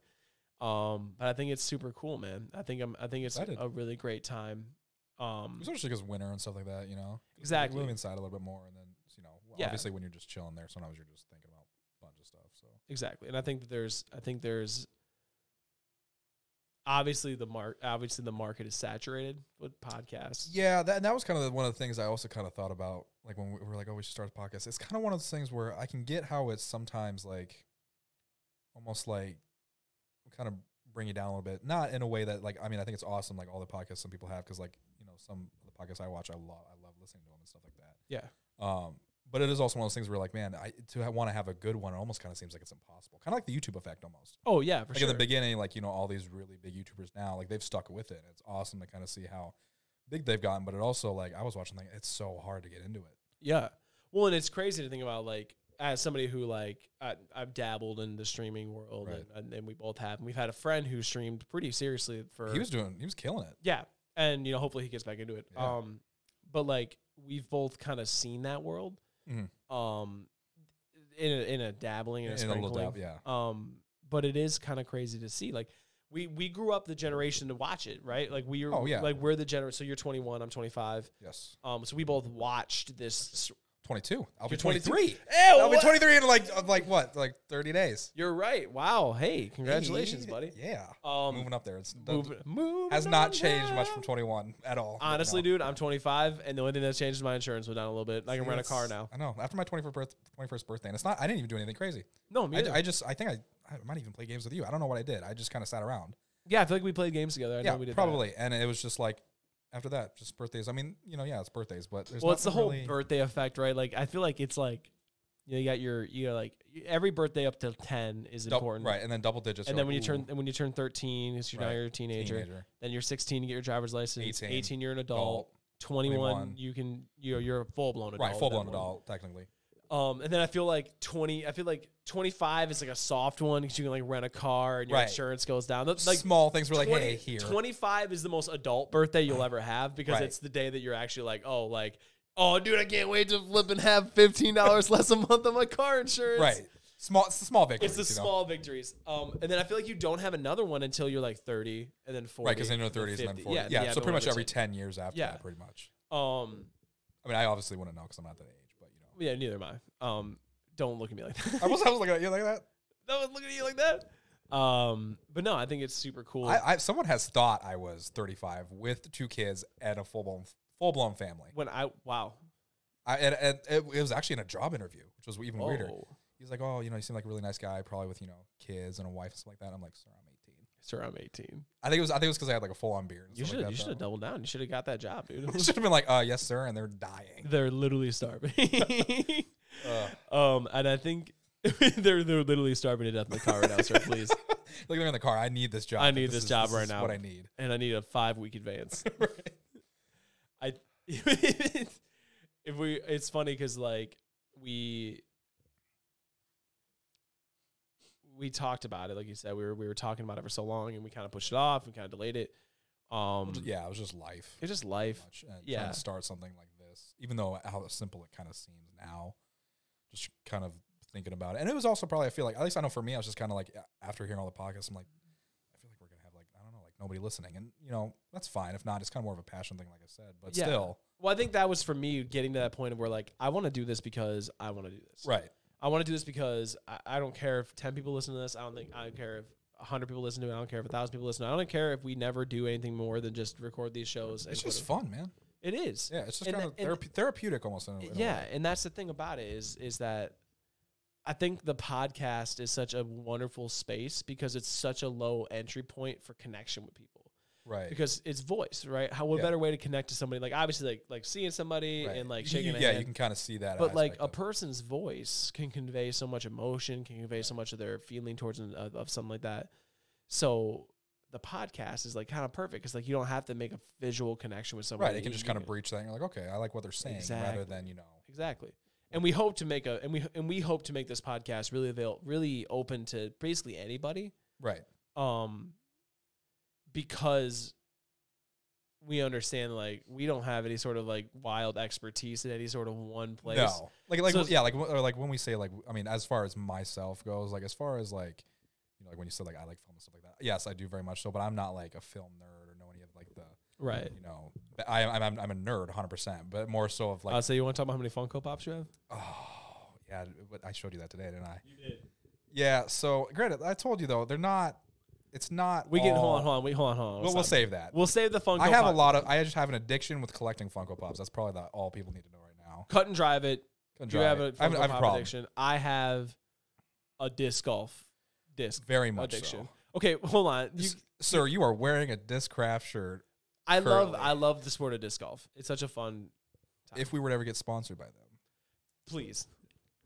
Speaker 2: Um, but I think it's super cool, man. I think I'm. I think it's
Speaker 1: Excited.
Speaker 2: a really great time. Um,
Speaker 1: Especially because winter and stuff like that, you know. 'Cause we-
Speaker 2: Exactly.
Speaker 1: We live inside a little bit more, and then you know, well,
Speaker 2: Yeah.
Speaker 1: obviously when you're just chilling there, sometimes you're just thinking about a bunch of stuff. So
Speaker 2: exactly and i think that there's i think there's obviously the mark obviously the market is saturated with podcasts
Speaker 1: yeah, that and that was kind of the, one of the things I also kind of thought about, like when we were like, oh, we should start a podcast. It's kind of one of those things where I can get how it's sometimes like, almost like, kind of bring you down a little bit. Not in a way that like, I mean, I think it's awesome, like all the podcasts some people have, because like you know, some of the podcasts I watch, I love, I love listening to them and stuff like that.
Speaker 2: yeah
Speaker 1: Um, but it is also one of those things where like, man, I to want to have a good one, it almost kind of seems like it's impossible. Kind of like the YouTube effect almost.
Speaker 2: oh yeah for
Speaker 1: Like
Speaker 2: sure
Speaker 1: in the beginning, like you know, all these really big YouTubers now, like they've stuck with it. It's awesome to kind of see how big they've gotten, but it also like I was watching, like it's so hard to get into it.
Speaker 2: yeah well and it's crazy to think about like as somebody who like I, i've dabbled in the streaming world
Speaker 1: Right.
Speaker 2: and, and we both have and we've had a friend who streamed pretty seriously for
Speaker 1: He was doing, he was killing it.
Speaker 2: yeah and you know hopefully he gets back into it
Speaker 1: Yeah.
Speaker 2: um but like we've both kind of seen that world
Speaker 1: Mhm.
Speaker 2: um in a, in a dabbling and a,
Speaker 1: In a little
Speaker 2: sprinkling.
Speaker 1: dab, yeah.
Speaker 2: Um, but it is kind of crazy to see. Like we we grew up the generation to watch it, right? Like we are.
Speaker 1: Oh, yeah.
Speaker 2: Like we're the generation. So you're 21. I'm 25.
Speaker 1: Yes,
Speaker 2: Um, so we both watched this.
Speaker 1: twenty two. I'll
Speaker 2: You're
Speaker 1: be twenty three.
Speaker 2: I'll
Speaker 1: I'll be twenty three in like of, like what, like thirty days.
Speaker 2: You're right. Wow. Hey, congratulations,
Speaker 1: Hey,
Speaker 2: buddy.
Speaker 1: Yeah,
Speaker 2: Um,
Speaker 1: moving up there. It's
Speaker 2: Move, move
Speaker 1: has not changed much from twenty one at all. right
Speaker 2: Honestly,
Speaker 1: now.
Speaker 2: dude, I'm 25, and the only thing that's changed is my insurance went down a little bit. I can
Speaker 1: See,
Speaker 2: rent a car now.
Speaker 1: that's- I know. After my 21st, birth, 21st birthday, and it's not, I didn't even do anything crazy.
Speaker 2: No, me
Speaker 1: I,
Speaker 2: neither.
Speaker 1: I just, I think I, I might even play games with you. I don't know what I did. I just kind of sat around.
Speaker 2: yeah, I feel like we played games together. I know
Speaker 1: yeah,
Speaker 2: we did that.
Speaker 1: probably. And it was just like, after that, just birthdays. I mean, you know, yeah, it's birthdays, but there's
Speaker 2: well, it's the
Speaker 1: nothing
Speaker 2: whole
Speaker 1: really-
Speaker 2: birthday effect, right? Like I feel like it's like you, know, you got your you know, like every birthday up to ten is
Speaker 1: dou-
Speaker 2: important,
Speaker 1: right? And then double digits.
Speaker 2: And
Speaker 1: you're
Speaker 2: then when you
Speaker 1: like,
Speaker 2: turn
Speaker 1: ooh,
Speaker 2: and when you turn thirteen, it's you're now
Speaker 1: Right.
Speaker 2: you're a teenager.
Speaker 1: teenager,
Speaker 2: Then you're sixteen, you get your driver's license.
Speaker 1: 18,
Speaker 2: Eighteen, you're an adult.
Speaker 1: adult,
Speaker 2: Twenty one,
Speaker 1: 21,
Speaker 2: you can you know, you're a full blown adult.
Speaker 1: right?
Speaker 2: at
Speaker 1: Full
Speaker 2: that
Speaker 1: blown
Speaker 2: point.
Speaker 1: adult, technically.
Speaker 2: Um, and then I feel like twenty. I feel like twenty five is like a soft one because you can like rent a car and your
Speaker 1: Right.
Speaker 2: insurance goes down. That's
Speaker 1: Like
Speaker 2: like
Speaker 1: small things were like, hey, here.
Speaker 2: 25 is the most adult birthday you'll ever have because
Speaker 1: Right.
Speaker 2: it's the day that you're actually like, oh, like, oh, dude, I can't wait to flip and have $15 less a month on my car insurance.
Speaker 1: right? Small, it's the small victories.
Speaker 2: It's the
Speaker 1: you know?
Speaker 2: small victories. Um, and then I feel like you don't have another one until you're like 30 and then 40.
Speaker 1: right? Because then you're 30s
Speaker 2: 50.
Speaker 1: and then 40. Yeah,
Speaker 2: then you
Speaker 1: so
Speaker 2: have
Speaker 1: pretty
Speaker 2: no
Speaker 1: much
Speaker 2: in
Speaker 1: every
Speaker 2: between.
Speaker 1: 10 years after
Speaker 2: Yeah.
Speaker 1: that, pretty much.
Speaker 2: Um,
Speaker 1: I mean, I obviously wouldn't know because I'm not that age, but you know,
Speaker 2: yeah, neither am I. Um, don't look at me like that.
Speaker 1: I was, I was looking at you like that.
Speaker 2: no one's looking at you like that. Um, but no, I think it's super cool.
Speaker 1: I, I someone has thought I was 35 with two kids and a full blown full blown family.
Speaker 2: when I, wow.
Speaker 1: I, and, and it, it was actually in a job interview, which was even weirder.
Speaker 2: Oh,
Speaker 1: He's like, "Oh, you know, you seem like a really nice guy, probably with you know kids and a wife and stuff like that." I'm like, "Sir, I'm 18."
Speaker 2: sir, I'm 18.
Speaker 1: I think it was I think it was because I had like a full on beard. And
Speaker 2: You
Speaker 1: stuff
Speaker 2: should
Speaker 1: like that,
Speaker 2: you should have
Speaker 1: though.
Speaker 2: doubled down. You should have got that job, dude.
Speaker 1: I should have been like, "Uh, yes, sir," and they're dying.
Speaker 2: They're literally starving.
Speaker 1: Uh,
Speaker 2: um, and I think they're they're literally starving to death in the car right now, sir. Please,
Speaker 1: like they're in the car. I need this job.
Speaker 2: I need this
Speaker 1: is-
Speaker 2: job right
Speaker 1: is
Speaker 2: now." Um,
Speaker 1: What I need.
Speaker 2: and I need a five week advance. I if we, it's funny because like we we talked about it, like you said, we were we were talking about it for so long, and we kind of pushed it off, we kind of delayed it. Um,
Speaker 1: Yeah, it was just life.
Speaker 2: it's just life.
Speaker 1: much and trying
Speaker 2: yeah.
Speaker 1: to start something like this, even though how simple it kind of seems now, just kind of thinking about it. And it was also probably I feel like at least I know for me, I was just kind of like a- after hearing all the podcasts, I'm like, I feel like we're gonna have like I don't know like nobody listening, and you know that's fine. If not, it's kind of more of a passion thing, like I said. But
Speaker 2: Yeah.
Speaker 1: still,
Speaker 2: Well, I think that was for me getting to that point of where like I want to do this because I want to do this.
Speaker 1: right,
Speaker 2: I want to do this because I, I don't care if ten people listen to this. I don't think I don't care if hundred people listen to it. I don't care if thousand people listen. To it. I don't care if we never do anything more than just record these shows. and
Speaker 1: it's just
Speaker 2: put
Speaker 1: fun, man.
Speaker 2: them- It is.
Speaker 1: Yeah, it's just
Speaker 2: And
Speaker 1: kind
Speaker 2: the-
Speaker 1: of
Speaker 2: and-
Speaker 1: therape- therapeutic almost. In a, in a way.
Speaker 2: yeah, and that's the thing about it is is that I think the podcast is such a wonderful space because it's such a low entry point for connection with people.
Speaker 1: right.
Speaker 2: because it's voice, right? How what
Speaker 1: Yeah.
Speaker 2: better way to connect to somebody? Like obviously, like like seeing somebody
Speaker 1: right.
Speaker 2: and like
Speaker 1: You-
Speaker 2: shaking.
Speaker 1: you,
Speaker 2: a
Speaker 1: yeah,
Speaker 2: hand.
Speaker 1: you can kind of see that.
Speaker 2: but like
Speaker 1: aspect
Speaker 2: a
Speaker 1: of it.
Speaker 2: person's voice can convey so much emotion, can convey so much of their feeling towards an, of, of something like that. So the podcast is like kind of perfect because like you don't have to make a visual connection with somebody.
Speaker 1: right, it
Speaker 2: You-
Speaker 1: can just
Speaker 2: you
Speaker 1: kind of breach that. And you're like, okay, I like what they're saying, rather
Speaker 2: Exactly.
Speaker 1: than you know,
Speaker 2: exactly. And we hope to make a and we and we hope to make this podcast really avail really open to basically anybody.
Speaker 1: right,
Speaker 2: um because we understand like we don't have any sort of like wild expertise in any sort of one place
Speaker 1: No, like like
Speaker 2: So-
Speaker 1: yeah, like wh- or like when we say like I mean, as far as myself goes, like as far as like you know, like when you said like I like film and stuff like that. Yes, I do very much so, but I'm not like a film nerd or know any of like the
Speaker 2: right
Speaker 1: you know. but I, I'm I'm I'm a nerd 100, percent but more so of like
Speaker 2: uh, so you want to talk about how many Funko Pops you have?
Speaker 1: oh yeah, but I showed you that today, didn't I?
Speaker 2: You did.
Speaker 1: Yeah. So granted, I told you though, they're not. It's not.
Speaker 2: We get
Speaker 1: all-
Speaker 2: hold on, hold on, wait, hold on, hold on.
Speaker 1: We'll, we'll
Speaker 2: stop.
Speaker 1: save that.
Speaker 2: we'll save the Funko.
Speaker 1: I have a
Speaker 2: Pop.
Speaker 1: lot of. I just have an addiction with collecting Funko Pops. That's probably the, all people need to know right now.
Speaker 2: Cut and drive it.
Speaker 1: Couldn't
Speaker 2: You
Speaker 1: try
Speaker 2: have
Speaker 1: it.
Speaker 2: a Funko
Speaker 1: I have, I have a
Speaker 2: Pop
Speaker 1: problem.
Speaker 2: addiction. I have a disc golf disc
Speaker 1: Very much
Speaker 2: addiction.
Speaker 1: so.
Speaker 2: Okay, hold on. You,
Speaker 1: S- sir, you are wearing a Discraft shirt.
Speaker 2: I love
Speaker 1: currently.
Speaker 2: I love the sport of disc golf. It's such a fun. Time.
Speaker 1: If we were to ever get sponsored by them,
Speaker 2: Please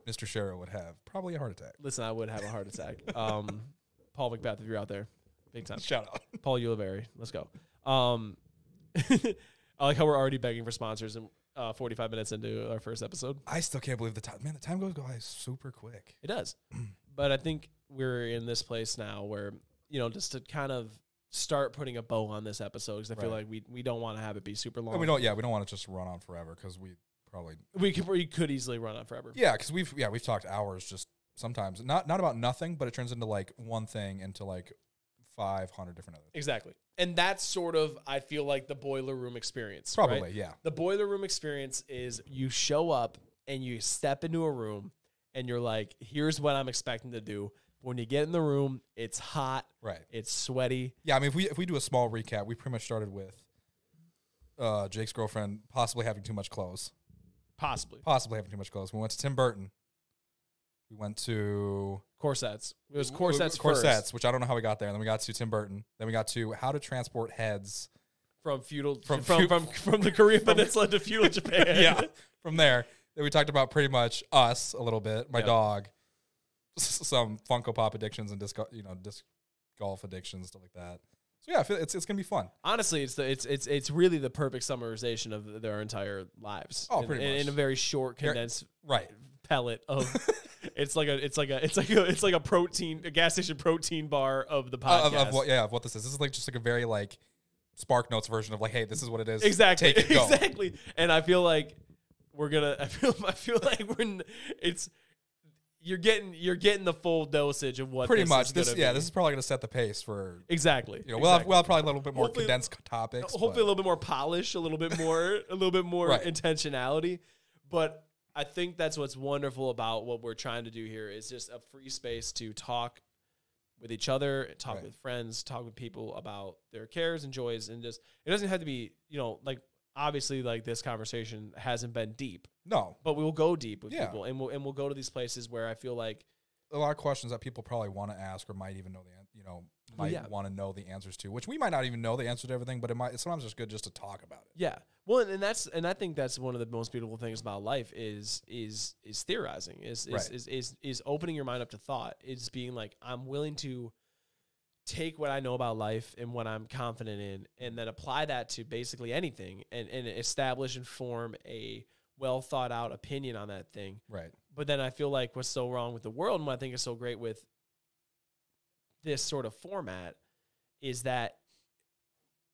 Speaker 1: Mr. Sherrill would have probably a heart attack.
Speaker 2: Listen, I would have a heart attack. Um, Paul McBath, if you're out there, big time.
Speaker 1: Shout out.
Speaker 2: Paul Uliberry, let's go. Um, I like how we're already begging for sponsors and uh, 45 minutes into our first episode.
Speaker 1: I still can't believe the time. Man, the time goes by super quick.
Speaker 2: It does, but I think we're in this place now where you know just to kind of start putting a bow on this episode because I feel
Speaker 1: Right.
Speaker 2: like we we don't want to have it be super long.
Speaker 1: And we don't. Yeah, we don't want to just run on forever because we probably.
Speaker 2: We could we could easily run on forever.
Speaker 1: Yeah, because we've yeah we've talked hours just sometimes not not about nothing, but it turns into like one thing into like five hundred different other.
Speaker 2: Exactly, and that's sort of I feel like the boiler room experience. right?
Speaker 1: Probably yeah.
Speaker 2: The boiler room experience is you show up and you step into a room and you're like, here's what I'm expecting to do. When you get in the room, it's hot,
Speaker 1: Right.
Speaker 2: it's sweaty.
Speaker 1: Yeah, I mean, if we if we do a small recap, we pretty much started with uh, Jake's girlfriend possibly having too much clothes,
Speaker 2: Possibly.
Speaker 1: possibly having too much clothes. We went to Tim Burton. We went to
Speaker 2: Corsets. It was
Speaker 1: w-
Speaker 2: corsets,
Speaker 1: corsets,
Speaker 2: first
Speaker 1: which I don't know how we got there. And then we got to Tim Burton. Then we got to how to transport heads.
Speaker 2: from feudal
Speaker 1: From
Speaker 2: from from,
Speaker 1: feud-
Speaker 2: from, the Korean Peninsula to feudal Japan.
Speaker 1: from there, then we talked about pretty much us a little bit, my
Speaker 2: Yep.
Speaker 1: dog, s- some Funko Pop addictions and disc, go- you know, disc golf addictions, stuff like that. So yeah, I feel- it's it's gonna be fun.
Speaker 2: Honestly, it's the, it's it's it's really the perfect summarization of their entire lives.
Speaker 1: Oh,
Speaker 2: in,
Speaker 1: pretty
Speaker 2: in,
Speaker 1: much.
Speaker 2: in a very short,
Speaker 1: Here-
Speaker 2: condensed
Speaker 1: Right.
Speaker 2: pellet of it's like a it's like a it's like a it's like a protein a gas station protein bar of the podcast.
Speaker 1: Uh, of, of what yeah of what this is. This is like just like a very like Spark Notes version of like, hey, this is what it is.
Speaker 2: exactly,
Speaker 1: Take it, go.
Speaker 2: exactly. And I feel like we're gonna. I feel I feel like we're. n- It's you're getting you're getting the full dosage of what
Speaker 1: Pretty
Speaker 2: this
Speaker 1: much.
Speaker 2: Is
Speaker 1: This
Speaker 2: gonna
Speaker 1: yeah,
Speaker 2: be.
Speaker 1: this is probably gonna set the pace for
Speaker 2: exactly.
Speaker 1: you know we'll have,
Speaker 2: exactly.
Speaker 1: we'll have probably a little bit more
Speaker 2: Hopefully-
Speaker 1: condensed topics.
Speaker 2: hopefully a
Speaker 1: but-
Speaker 2: little bit more polish, a little bit more, a little bit more
Speaker 1: Right.
Speaker 2: intentionality. But I think that's what's wonderful about what we're trying to do here is just a free space to talk with each other, talk
Speaker 1: Right.
Speaker 2: with friends, talk with people about their cares and joys, and just it doesn't have to be you know like obviously like this conversation hasn't been deep,
Speaker 1: no,
Speaker 2: but we will go deep with
Speaker 1: Yeah.
Speaker 2: people, and we'll and we'll go to these places where I feel like
Speaker 1: a lot of questions that people probably want to ask or might even know the an- you know
Speaker 2: Well,
Speaker 1: might
Speaker 2: yeah.
Speaker 1: want to know the answers to, which we might not even know the answer to everything, but it might it's sometimes just good just to talk about it.
Speaker 2: Yeah. Well, and, and that's and I think that's one of the most beautiful things about life is is is theorizing, is is
Speaker 1: Right.
Speaker 2: is, is is opening your mind up to thought, is being like I'm willing to take what I know about life and what I'm confident in, and then apply that to basically anything, and and establish and form a well thought out opinion on that thing.
Speaker 1: Right.
Speaker 2: But then I feel like what's so wrong with the world, and what I think is so great with this sort of format, is that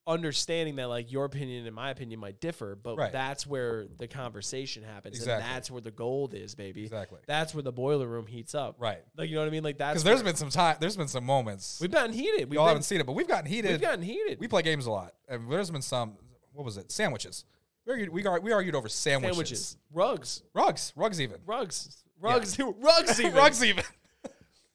Speaker 2: understanding that like your opinion and my opinion might differ, but
Speaker 1: Right.
Speaker 2: that's where the conversation happens,
Speaker 1: Exactly.
Speaker 2: and that's where the gold is, baby.
Speaker 1: Exactly.
Speaker 2: That's where the boiler room heats up.
Speaker 1: Right.
Speaker 2: Like you know what I mean? Like that's
Speaker 1: Because there's
Speaker 2: where-
Speaker 1: been some time there's been some moments
Speaker 2: we've gotten heated.
Speaker 1: we
Speaker 2: We've
Speaker 1: all
Speaker 2: been,
Speaker 1: haven't seen it, but we've gotten heated.
Speaker 2: we've gotten heated.
Speaker 1: we play games a lot. And there's been some what was it? Sandwiches. We argued, we, ar- we argued over sandwiches.
Speaker 2: Sandwiches, rugs,
Speaker 1: Rugs. Rugs even.
Speaker 2: rugs, rugs, rugs, even.
Speaker 1: rugs even.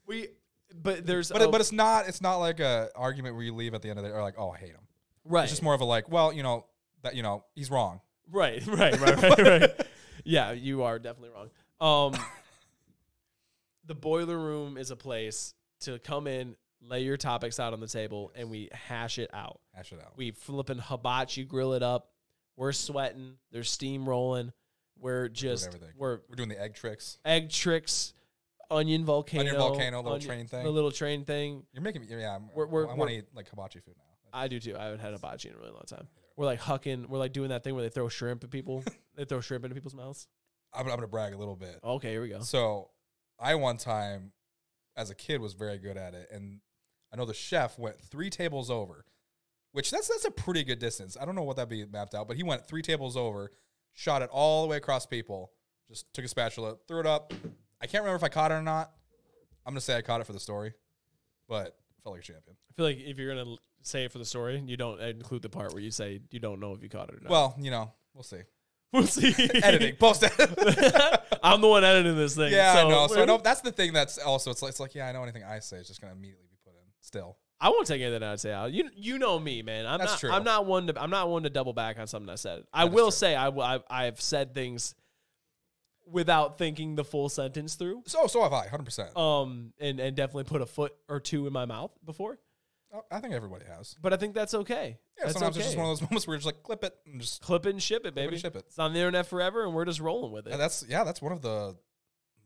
Speaker 2: We, but there's
Speaker 1: But,
Speaker 2: a-
Speaker 1: it, but it's not it's not like a argument where you leave at the end of the day or like, oh I hate him.
Speaker 2: right.
Speaker 1: It's just more of a like, well, you know, that you know, he's wrong.
Speaker 2: Right, right, right, right, right. Yeah, you are definitely wrong. Um, the boiler room is a place to come in, lay your topics out on the table, and we hash it out.
Speaker 1: Hash it out.
Speaker 2: We flipping hibachi grill it up. We're sweating. There's steam rolling. We're just
Speaker 1: everything.
Speaker 2: we're
Speaker 1: We're doing the egg tricks.
Speaker 2: egg tricks, onion volcano,
Speaker 1: volcano, little train thing.
Speaker 2: the little train thing.
Speaker 1: You're making me. Yeah, I'm,
Speaker 2: We're- we're-
Speaker 1: I want to eat like hibachi food now.
Speaker 2: I do too. I haven't had hibachi in a really long time. We're like hucking. We're like doing that thing where they throw shrimp at people. they throw shrimp into people's mouths.
Speaker 1: I'm, I'm gonna brag a little bit.
Speaker 2: Okay, here we go.
Speaker 1: So, I one time, as a kid, was very good at it, and I know the chef went three tables over, which that's that's a pretty good distance. I don't know what that'd be mapped out, but he went three tables over, shot it all the way across people. Just took a spatula, threw it up. I can't remember if I caught it or not. I'm gonna say I caught it for the story, but felt like a champion.
Speaker 2: I feel like if you're gonna l- say it for the story, you don't include the part where you say you don't know if you caught it or not.
Speaker 1: Well, you know, we'll see.
Speaker 2: we'll see.
Speaker 1: Editing, post edit.
Speaker 2: I'm the one editing this thing.
Speaker 1: Yeah,
Speaker 2: so
Speaker 1: I know. So I don't, that's the thing that's also it's like, it's like yeah, I know anything I say is just gonna immediately be put in. Still,
Speaker 2: I won't take anything I'd say out. You you know me, man. I'm
Speaker 1: That's
Speaker 2: not
Speaker 1: true.
Speaker 2: I'm not one to I'm not one to double back on something I said. I
Speaker 1: That is
Speaker 2: will
Speaker 1: true.
Speaker 2: say I will- I've, I've said things without thinking the full sentence through.
Speaker 1: so so have I, hundred percent.
Speaker 2: Um and and definitely put a foot or two in my mouth before.
Speaker 1: I think everybody has.
Speaker 2: But I think that's okay.
Speaker 1: Yeah,
Speaker 2: that's
Speaker 1: sometimes
Speaker 2: okay.
Speaker 1: it's just one of those moments where you're just like clip it and just.
Speaker 2: Clip it and ship it,
Speaker 1: it and
Speaker 2: baby.
Speaker 1: ship it.
Speaker 2: It's on the internet forever, and we're just rolling with it.
Speaker 1: and that's yeah, that's one of the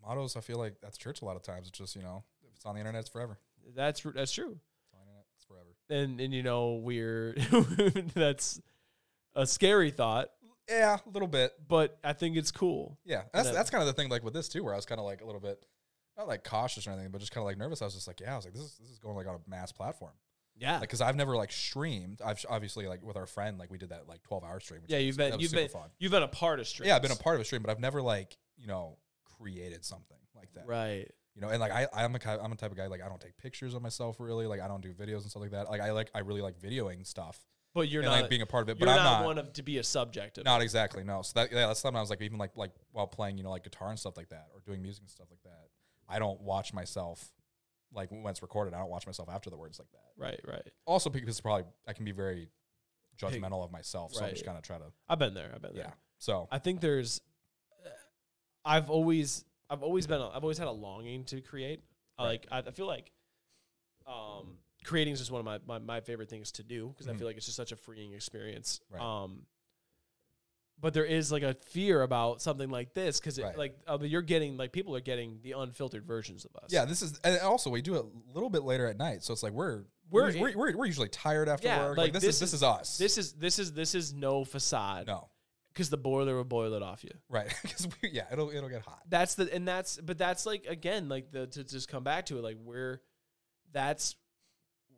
Speaker 1: mottos. I feel like that's church a lot of times. It's just you know, if it's on the internet, it's forever.
Speaker 2: That's tr- that's true.
Speaker 1: It's on the internet, it's forever.
Speaker 2: And and you know we're that's a scary thought,
Speaker 1: Yeah, a little bit.
Speaker 2: but I think it's cool.
Speaker 1: Yeah, that's
Speaker 2: that-
Speaker 1: that's kind of the thing. Like with this too, where I was kind of like a little bit, not like cautious or anything, but just kind of like nervous. I was just like, yeah, I was like, this is this is going like on a mass platform.
Speaker 2: Yeah.
Speaker 1: because I've never like streamed. I've sh- obviously like with our friend, like we did that like twelve hour stream. Which
Speaker 2: yeah, you've been
Speaker 1: that was
Speaker 2: you've
Speaker 1: super
Speaker 2: been
Speaker 1: fun.
Speaker 2: you've been a part of streams.
Speaker 1: yeah, I've been a part of a stream, but I've never like you know created something like that.
Speaker 2: Right.
Speaker 1: You know, and like I I'm a ki- I'm a type of guy like I don't take pictures of myself really. Like I don't do videos and stuff like that. Like I like I really like videoing stuff
Speaker 2: But you're
Speaker 1: and
Speaker 2: not
Speaker 1: like being a part of it.
Speaker 2: you're
Speaker 1: But I'm
Speaker 2: not,
Speaker 1: not
Speaker 2: one of to be a subject of it.
Speaker 1: not exactly no. So that yeah, that's something I was like even like like while playing you know like guitar and stuff like that or doing music and stuff like that. I don't watch myself like when it's recorded. I don't watch myself after the words like that
Speaker 2: Right, right.
Speaker 1: also because probably I can be very judgmental of myself, so I'm
Speaker 2: Right.
Speaker 1: just kind of try to
Speaker 2: I've been there. I've been there.
Speaker 1: yeah. So
Speaker 2: I think there's uh, I've always I've always been I've always had a longing to create. I Like I, I feel like um creating is just one of my my, my favorite things to do because I
Speaker 1: Mhm.
Speaker 2: feel like it's just such a freeing experience.
Speaker 1: Right.
Speaker 2: Um but there is like a fear about something like this because
Speaker 1: Right.
Speaker 2: like uh, but you're getting like people are getting the unfiltered versions of us.
Speaker 1: yeah, this is and also we do it a little bit later at night, so it's like we're
Speaker 2: We're
Speaker 1: we're we're, we're, we're usually tired after
Speaker 2: Yeah,
Speaker 1: work.
Speaker 2: like,
Speaker 1: Like, this,
Speaker 2: this
Speaker 1: is this is us.
Speaker 2: This is this is this is no facade
Speaker 1: no
Speaker 2: because the boiler will boil it off you.
Speaker 1: right because yeah it'll it'll get hot.
Speaker 2: that's the and that's but that's like again like the to just come back to it like we're that's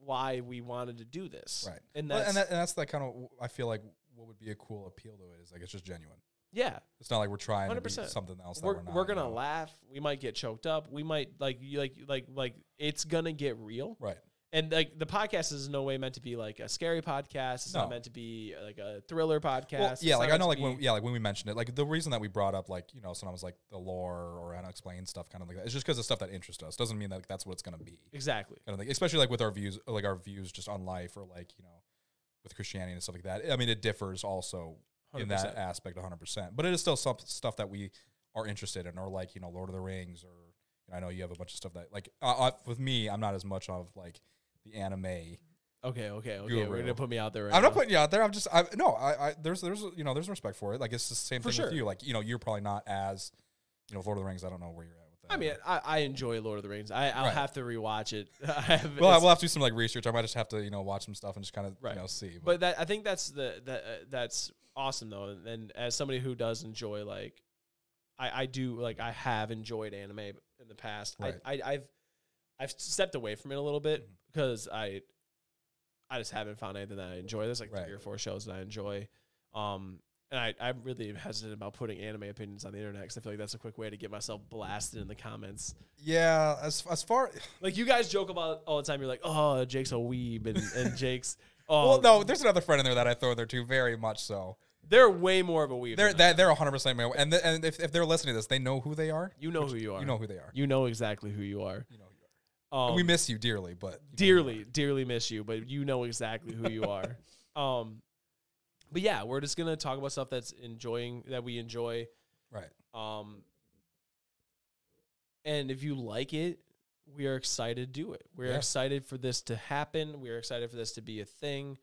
Speaker 2: why we wanted to do this
Speaker 1: Right.
Speaker 2: and
Speaker 1: Well,
Speaker 2: that's
Speaker 1: and, that, and that's that kind of I feel like what would be a cool appeal to it is like it's just genuine.
Speaker 2: yeah
Speaker 1: It's not like we're trying to
Speaker 2: 100%.
Speaker 1: be something else.
Speaker 2: we're,
Speaker 1: that we're, not,
Speaker 2: we're
Speaker 1: you
Speaker 2: gonna
Speaker 1: know?
Speaker 2: laugh we might get choked up we might like you like like like it's gonna get real
Speaker 1: right.
Speaker 2: and like the podcast is in no way meant to be like a scary podcast it's not
Speaker 1: No.
Speaker 2: meant to be uh, like a thriller podcast
Speaker 1: Well,
Speaker 2: It's
Speaker 1: yeah,
Speaker 2: not
Speaker 1: like I
Speaker 2: meant
Speaker 1: know,
Speaker 2: to
Speaker 1: like when
Speaker 2: be-
Speaker 1: yeah, like when we mentioned it, like the reason that we brought up, like you know, sometimes like the lore or unexplained stuff, kind of like that. It's just because of stuff that interests us. Doesn't mean that like, that's what it's gonna be.
Speaker 2: exactly
Speaker 1: kind of thing, especially like with our views, like our views just on life or like, you know, with Christianity and stuff like that. I mean, it differs also in
Speaker 2: 100%.
Speaker 1: that aspect 100%, but it is still some stuff that we are interested in or like, you know, Lord of the Rings or, you know, I know you have a bunch of stuff that like, uh, uh, with me, I'm not as much of like the anime.
Speaker 2: okay okay okay we're
Speaker 1: Guru.
Speaker 2: gonna put me out there right
Speaker 1: I'm
Speaker 2: now.
Speaker 1: not putting you out there. I'm just, I, no, I, I, there's, there's, you know, there's respect for it. Like, it's the same
Speaker 2: For
Speaker 1: thing
Speaker 2: sure.
Speaker 1: with you. Like, you know, you're probably not as, you know, Lord of the Rings. I don't know where you're at with that.
Speaker 2: I mean, I, I enjoy Lord of the Rings. I, I'll
Speaker 1: Right.
Speaker 2: have to rewatch it. I have,
Speaker 1: well,
Speaker 2: it's-
Speaker 1: I will have to do some like research. I might just have to, you know, watch some stuff and just kind of,
Speaker 2: Right.
Speaker 1: you know, see.
Speaker 2: but that I think that's the that uh, that's awesome though, and, and as somebody who does enjoy like, I I do like I have enjoyed anime in the past.
Speaker 1: Right. Mm-hmm.
Speaker 2: I, I I've I've stepped away from it a little bit because I I just haven't found anything that I enjoy. There's like
Speaker 1: Right.
Speaker 2: three or four shows that I enjoy. Um. And I, I'm really hesitant about putting anime opinions on the internet because I feel like that's a quick way to get myself blasted in the comments.
Speaker 1: Yeah, as as far
Speaker 2: Like you guys joke about all the time. You're like, "Oh, Jake's a weeb," and, and Jake's, "Oh,
Speaker 1: well, no, there's another friend in there that I throw in there too, very much so.
Speaker 2: they're way more of a weeb."
Speaker 1: They're
Speaker 2: than
Speaker 1: that they're 100 percent male, and th- and if, if they're listening to this, they know who they are.
Speaker 2: You know who you are.
Speaker 1: You know who they are.
Speaker 2: You know exactly who you are.
Speaker 1: You know who you are.
Speaker 2: Um,
Speaker 1: we miss you dearly, but you know who
Speaker 2: dearly,
Speaker 1: you
Speaker 2: dearly miss you, but you know exactly who you are. Um, but yeah, we're just gonna talk about stuff that's enjoying that we enjoy.
Speaker 1: are. right?
Speaker 2: Um, and if you like it, we are excited to do it. We're
Speaker 1: Yeah.
Speaker 2: excited for this to happen. We're excited for this to be a thing.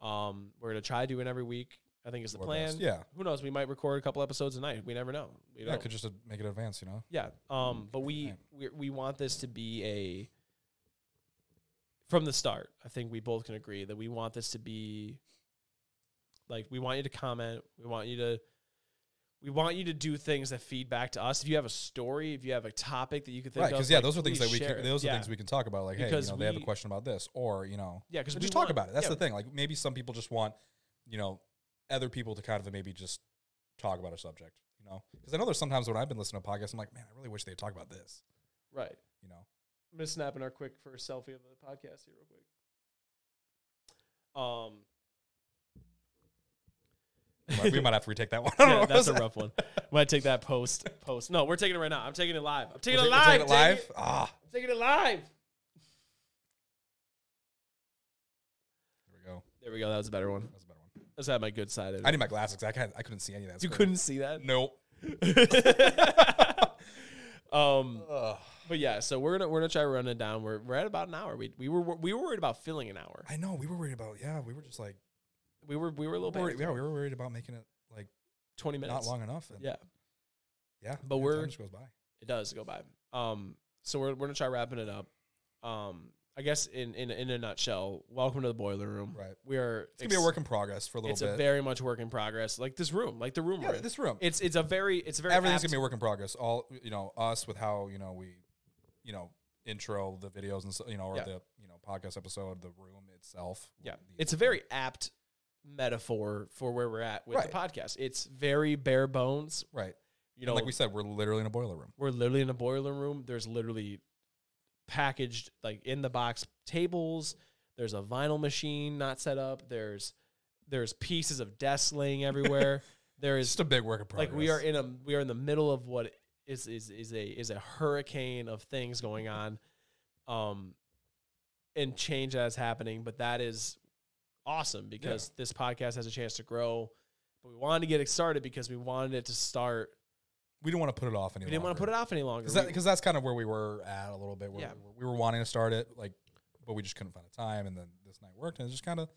Speaker 2: Um, we're gonna try doing every week. I think is the
Speaker 1: Or
Speaker 2: plan.
Speaker 1: best. Yeah.
Speaker 2: Who knows? We might record a couple episodes a night. We never know. We
Speaker 1: Yeah, I
Speaker 2: don't-
Speaker 1: could just uh, make it advance, you know?
Speaker 2: yeah. Um, but we,
Speaker 1: Right.
Speaker 2: we we want this to be a from the start. I think we both can agree that we want this to be like we want you to comment. We want you to we want you to do things that feed back to us. If you have a story, if you have a topic that you could think
Speaker 1: right.
Speaker 2: of,
Speaker 1: Because, yeah,
Speaker 2: like,
Speaker 1: those are things
Speaker 2: please
Speaker 1: that we
Speaker 2: share
Speaker 1: can,
Speaker 2: it.
Speaker 1: those are
Speaker 2: Yeah.
Speaker 1: things we can talk about. Like, hey,
Speaker 2: Because
Speaker 1: you know, they have a
Speaker 2: we-
Speaker 1: question about this. Or, you know,
Speaker 2: Yeah, because
Speaker 1: and
Speaker 2: we
Speaker 1: just
Speaker 2: want-
Speaker 1: talk about it. That's
Speaker 2: yeah,
Speaker 1: the thing. Like, maybe some people just want, you know, other people to kind of maybe just talk about a subject, you know? Because I know there's sometimes when I've been listening to podcasts, I'm like, man, I really wish they'd talk about this,
Speaker 2: Right.
Speaker 1: you know?
Speaker 2: I'm just snapping our quick first selfie of the podcast here, real quick. Um,
Speaker 1: But we might have to retake that one. I don't know
Speaker 2: yeah,
Speaker 1: what
Speaker 2: that's a
Speaker 1: was that.
Speaker 2: rough one. Might take that post post. No, we're taking it right now. I'm taking it live. I'm taking
Speaker 1: We're
Speaker 2: it
Speaker 1: ta- we're
Speaker 2: live.
Speaker 1: taking it
Speaker 2: dang
Speaker 1: live?
Speaker 2: it.
Speaker 1: Ah,
Speaker 2: I'm taking it live.
Speaker 1: there we go.
Speaker 2: There we go. That was a better one.
Speaker 1: That's a better one.
Speaker 2: Let's have my good side. In
Speaker 1: I
Speaker 2: it.
Speaker 1: need my glasses. 'cause I can't, I couldn't see any of that.
Speaker 2: You
Speaker 1: It's
Speaker 2: couldn't see that.
Speaker 1: great. Nope.
Speaker 2: um,
Speaker 1: Ugh.
Speaker 2: but yeah, so we're gonna we're gonna try running it down. We're we're at about an hour. We we were we were worried about filling an hour.
Speaker 1: I know. We were worried about. Yeah, we were just like.
Speaker 2: We were we were a little
Speaker 1: worried-
Speaker 2: bit
Speaker 1: yeah, we were worried about making it like
Speaker 2: twenty minutes.
Speaker 1: not long enough. And
Speaker 2: Yeah,
Speaker 1: yeah.
Speaker 2: But
Speaker 1: man,
Speaker 2: we're-
Speaker 1: time just goes by.
Speaker 2: it does go by. Um, so we're we're gonna try wrapping it up. Um, I guess in in in a nutshell, welcome to the boiler room.
Speaker 1: Right.
Speaker 2: We are.
Speaker 1: It's gonna be a work in progress for a little
Speaker 2: it's
Speaker 1: bit.
Speaker 2: a very much work in progress. Like this room, like the room.
Speaker 1: yeah,
Speaker 2: we're in.
Speaker 1: this room.
Speaker 2: it's it's a very it's a very
Speaker 1: Everything's
Speaker 2: apt-
Speaker 1: gonna be a work in progress. All you know, us with how you know we, you know, intro the videos and so, you know, or
Speaker 2: Yeah.
Speaker 1: the you know podcast episode, the room itself.
Speaker 2: yeah.
Speaker 1: the-
Speaker 2: It's a very apt metaphor for where we're at with the
Speaker 1: Right.
Speaker 2: podcast. It's very bare bones.
Speaker 1: right.
Speaker 2: You know,
Speaker 1: like we said, we're literally in a boiler room.
Speaker 2: we're literally in a boiler room. There's literally packaged like in the box tables. There's a vinyl machine not set up. There's there's pieces of desks laying everywhere. there
Speaker 1: It's
Speaker 2: is
Speaker 1: just a big work in progress.
Speaker 2: like we are in a we are in the middle of what is is is a is a hurricane of things going on um and change that's happening but that is awesome because this podcast has a chance to grow but we wanted to get it started because we wanted it to start
Speaker 1: We didn't want to put it off
Speaker 2: we
Speaker 1: anymore.
Speaker 2: didn't want to put it off any longer
Speaker 1: because
Speaker 2: We-
Speaker 1: that's kind of where we were at a little bit. Where
Speaker 2: Yeah.
Speaker 1: we, were, we were wanting to start it, like, but we just couldn't find a time, and then this night worked, and it just kind of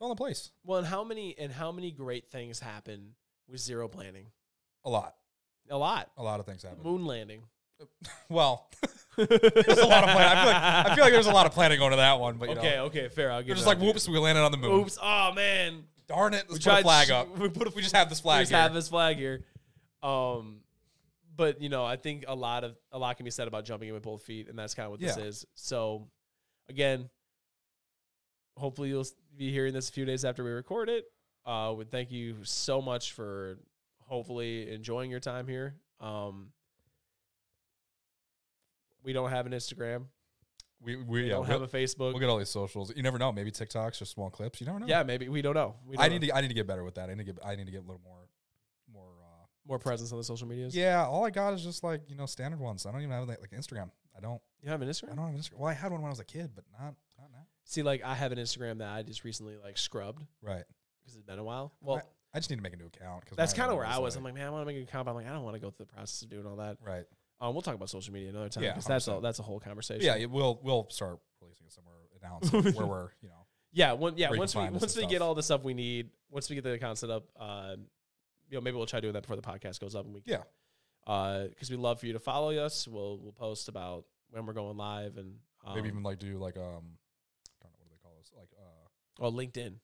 Speaker 1: fell in place
Speaker 2: well and how many and how many great things happen with zero planning
Speaker 1: a lot.
Speaker 2: a lot
Speaker 1: A lot of things happened.
Speaker 2: moon landing
Speaker 1: Well,
Speaker 2: there's
Speaker 1: there's a lot of planning. I feel like, I feel like there's a lot of planning going to that one, but you
Speaker 2: okay
Speaker 1: know,
Speaker 2: okay fair i'll give
Speaker 1: we're
Speaker 2: you
Speaker 1: just
Speaker 2: that.
Speaker 1: like, whoops, we landed on the moon.
Speaker 2: oops oh man
Speaker 1: Darn it, let's put
Speaker 2: tried
Speaker 1: a flag
Speaker 2: sh-
Speaker 1: up.
Speaker 2: we put a-
Speaker 1: We just have this
Speaker 2: we
Speaker 1: flag
Speaker 2: just
Speaker 1: here.
Speaker 2: have this flag here. Um, but you know, I think a lot of a lot can be said about jumping in with both feet, and that's kind of what this
Speaker 1: Yeah.
Speaker 2: is. So, again, hopefully you'll s- be hearing this a few days after we record it. Uh, would thank you so much for hopefully enjoying your time here. Um, we don't have an Instagram.
Speaker 1: we we
Speaker 2: We
Speaker 1: yeah,
Speaker 2: don't
Speaker 1: we'll,
Speaker 2: have a Facebook.
Speaker 1: we'll get all these socials. You never know. Maybe TikToks or small clips. You never know.
Speaker 2: yeah, maybe we don't know. We don't
Speaker 1: I need to I need to get better with that. I need to get I need to get a little more more. uh
Speaker 2: more presence on the social medias.
Speaker 1: Yeah, all I got is just like you know standard ones. I don't even have like, like Instagram. I don't.
Speaker 2: You have an
Speaker 1: I
Speaker 2: Instagram?
Speaker 1: don't have Instagram. Well, I had one when I was a kid, but not not now.
Speaker 2: See, like I have an Instagram that I just recently like scrubbed.
Speaker 1: Right.
Speaker 2: because it's been a while. Well,
Speaker 1: I just need to make a new account. 'cause
Speaker 2: that's
Speaker 1: mine
Speaker 2: kind of where I
Speaker 1: was,
Speaker 2: was. I'm like, man, I want to make an account. But I'm like, I don't want to go through the process of doing all that.
Speaker 1: right.
Speaker 2: Um, we'll talk about social media another time
Speaker 1: Yeah,
Speaker 2: because that's a
Speaker 1: 100%.
Speaker 2: that's a whole conversation.
Speaker 1: Yeah, it, we'll we'll start releasing it somewhere announcing where we're you know
Speaker 2: yeah, one, yeah.
Speaker 1: Where you can
Speaker 2: Once we
Speaker 1: find us
Speaker 2: once we
Speaker 1: and
Speaker 2: get
Speaker 1: stuff.
Speaker 2: all the stuff we need, once we get the account set up, um, you know, maybe we'll try doing that before the podcast goes up. And we can,
Speaker 1: Yeah.
Speaker 2: because we love for you to follow us. We'll we'll post about when we're going live and um,
Speaker 1: maybe even like do like um I don't know what do they call this like uh
Speaker 2: or LinkedIn,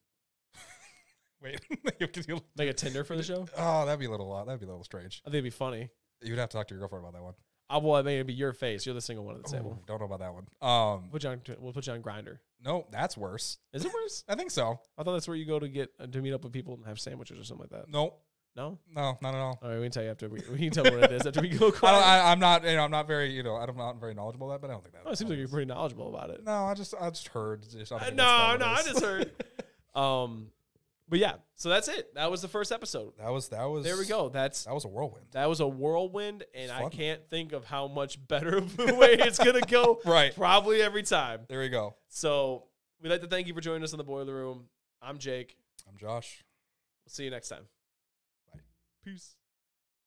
Speaker 1: wait you have to do-
Speaker 2: like a Tinder for the show.
Speaker 1: oh that'd be a little uh, that'd be a little strange
Speaker 2: I think it'd be funny.
Speaker 1: you'd have to talk to your girlfriend about that one
Speaker 2: I well, I mean, it'd be your face. You're the single one at the
Speaker 1: Ooh,
Speaker 2: table.
Speaker 1: don't know about that one um
Speaker 2: We'll put you on. We'll put you on Grinder.
Speaker 1: no that's worse
Speaker 2: Is it worse?
Speaker 1: I think so
Speaker 2: I thought that's where you go to get uh, to meet up with people and have sandwiches or something like that.
Speaker 1: no
Speaker 2: No.
Speaker 1: no not at all
Speaker 2: All right, we can tell you after we, we can tell what it is after we go.
Speaker 1: I
Speaker 2: Quiet.
Speaker 1: don't, I, I'm not you know I'm not very you know I'm not very knowledgeable about that but I don't think that
Speaker 2: oh, it seems like you're pretty knowledgeable about it.
Speaker 1: no I just I just heard just, I don't
Speaker 2: Uh,
Speaker 1: think
Speaker 2: No,
Speaker 1: that's
Speaker 2: no,
Speaker 1: probably what
Speaker 2: I
Speaker 1: it is.
Speaker 2: just heard. um, but yeah, so that's it. That was the first episode.
Speaker 1: that was that was
Speaker 2: There we go. That's
Speaker 1: that was a whirlwind
Speaker 2: that was a whirlwind, and
Speaker 1: It's
Speaker 2: I
Speaker 1: fun.
Speaker 2: can't think of how much better of a way it's gonna go.
Speaker 1: right
Speaker 2: Probably every time.
Speaker 1: there we go
Speaker 2: So we'd like to thank you for joining us in the boiler room. I'm Jake.
Speaker 1: I'm Josh.
Speaker 2: We'll see you next time.
Speaker 1: Bye.
Speaker 2: Peace.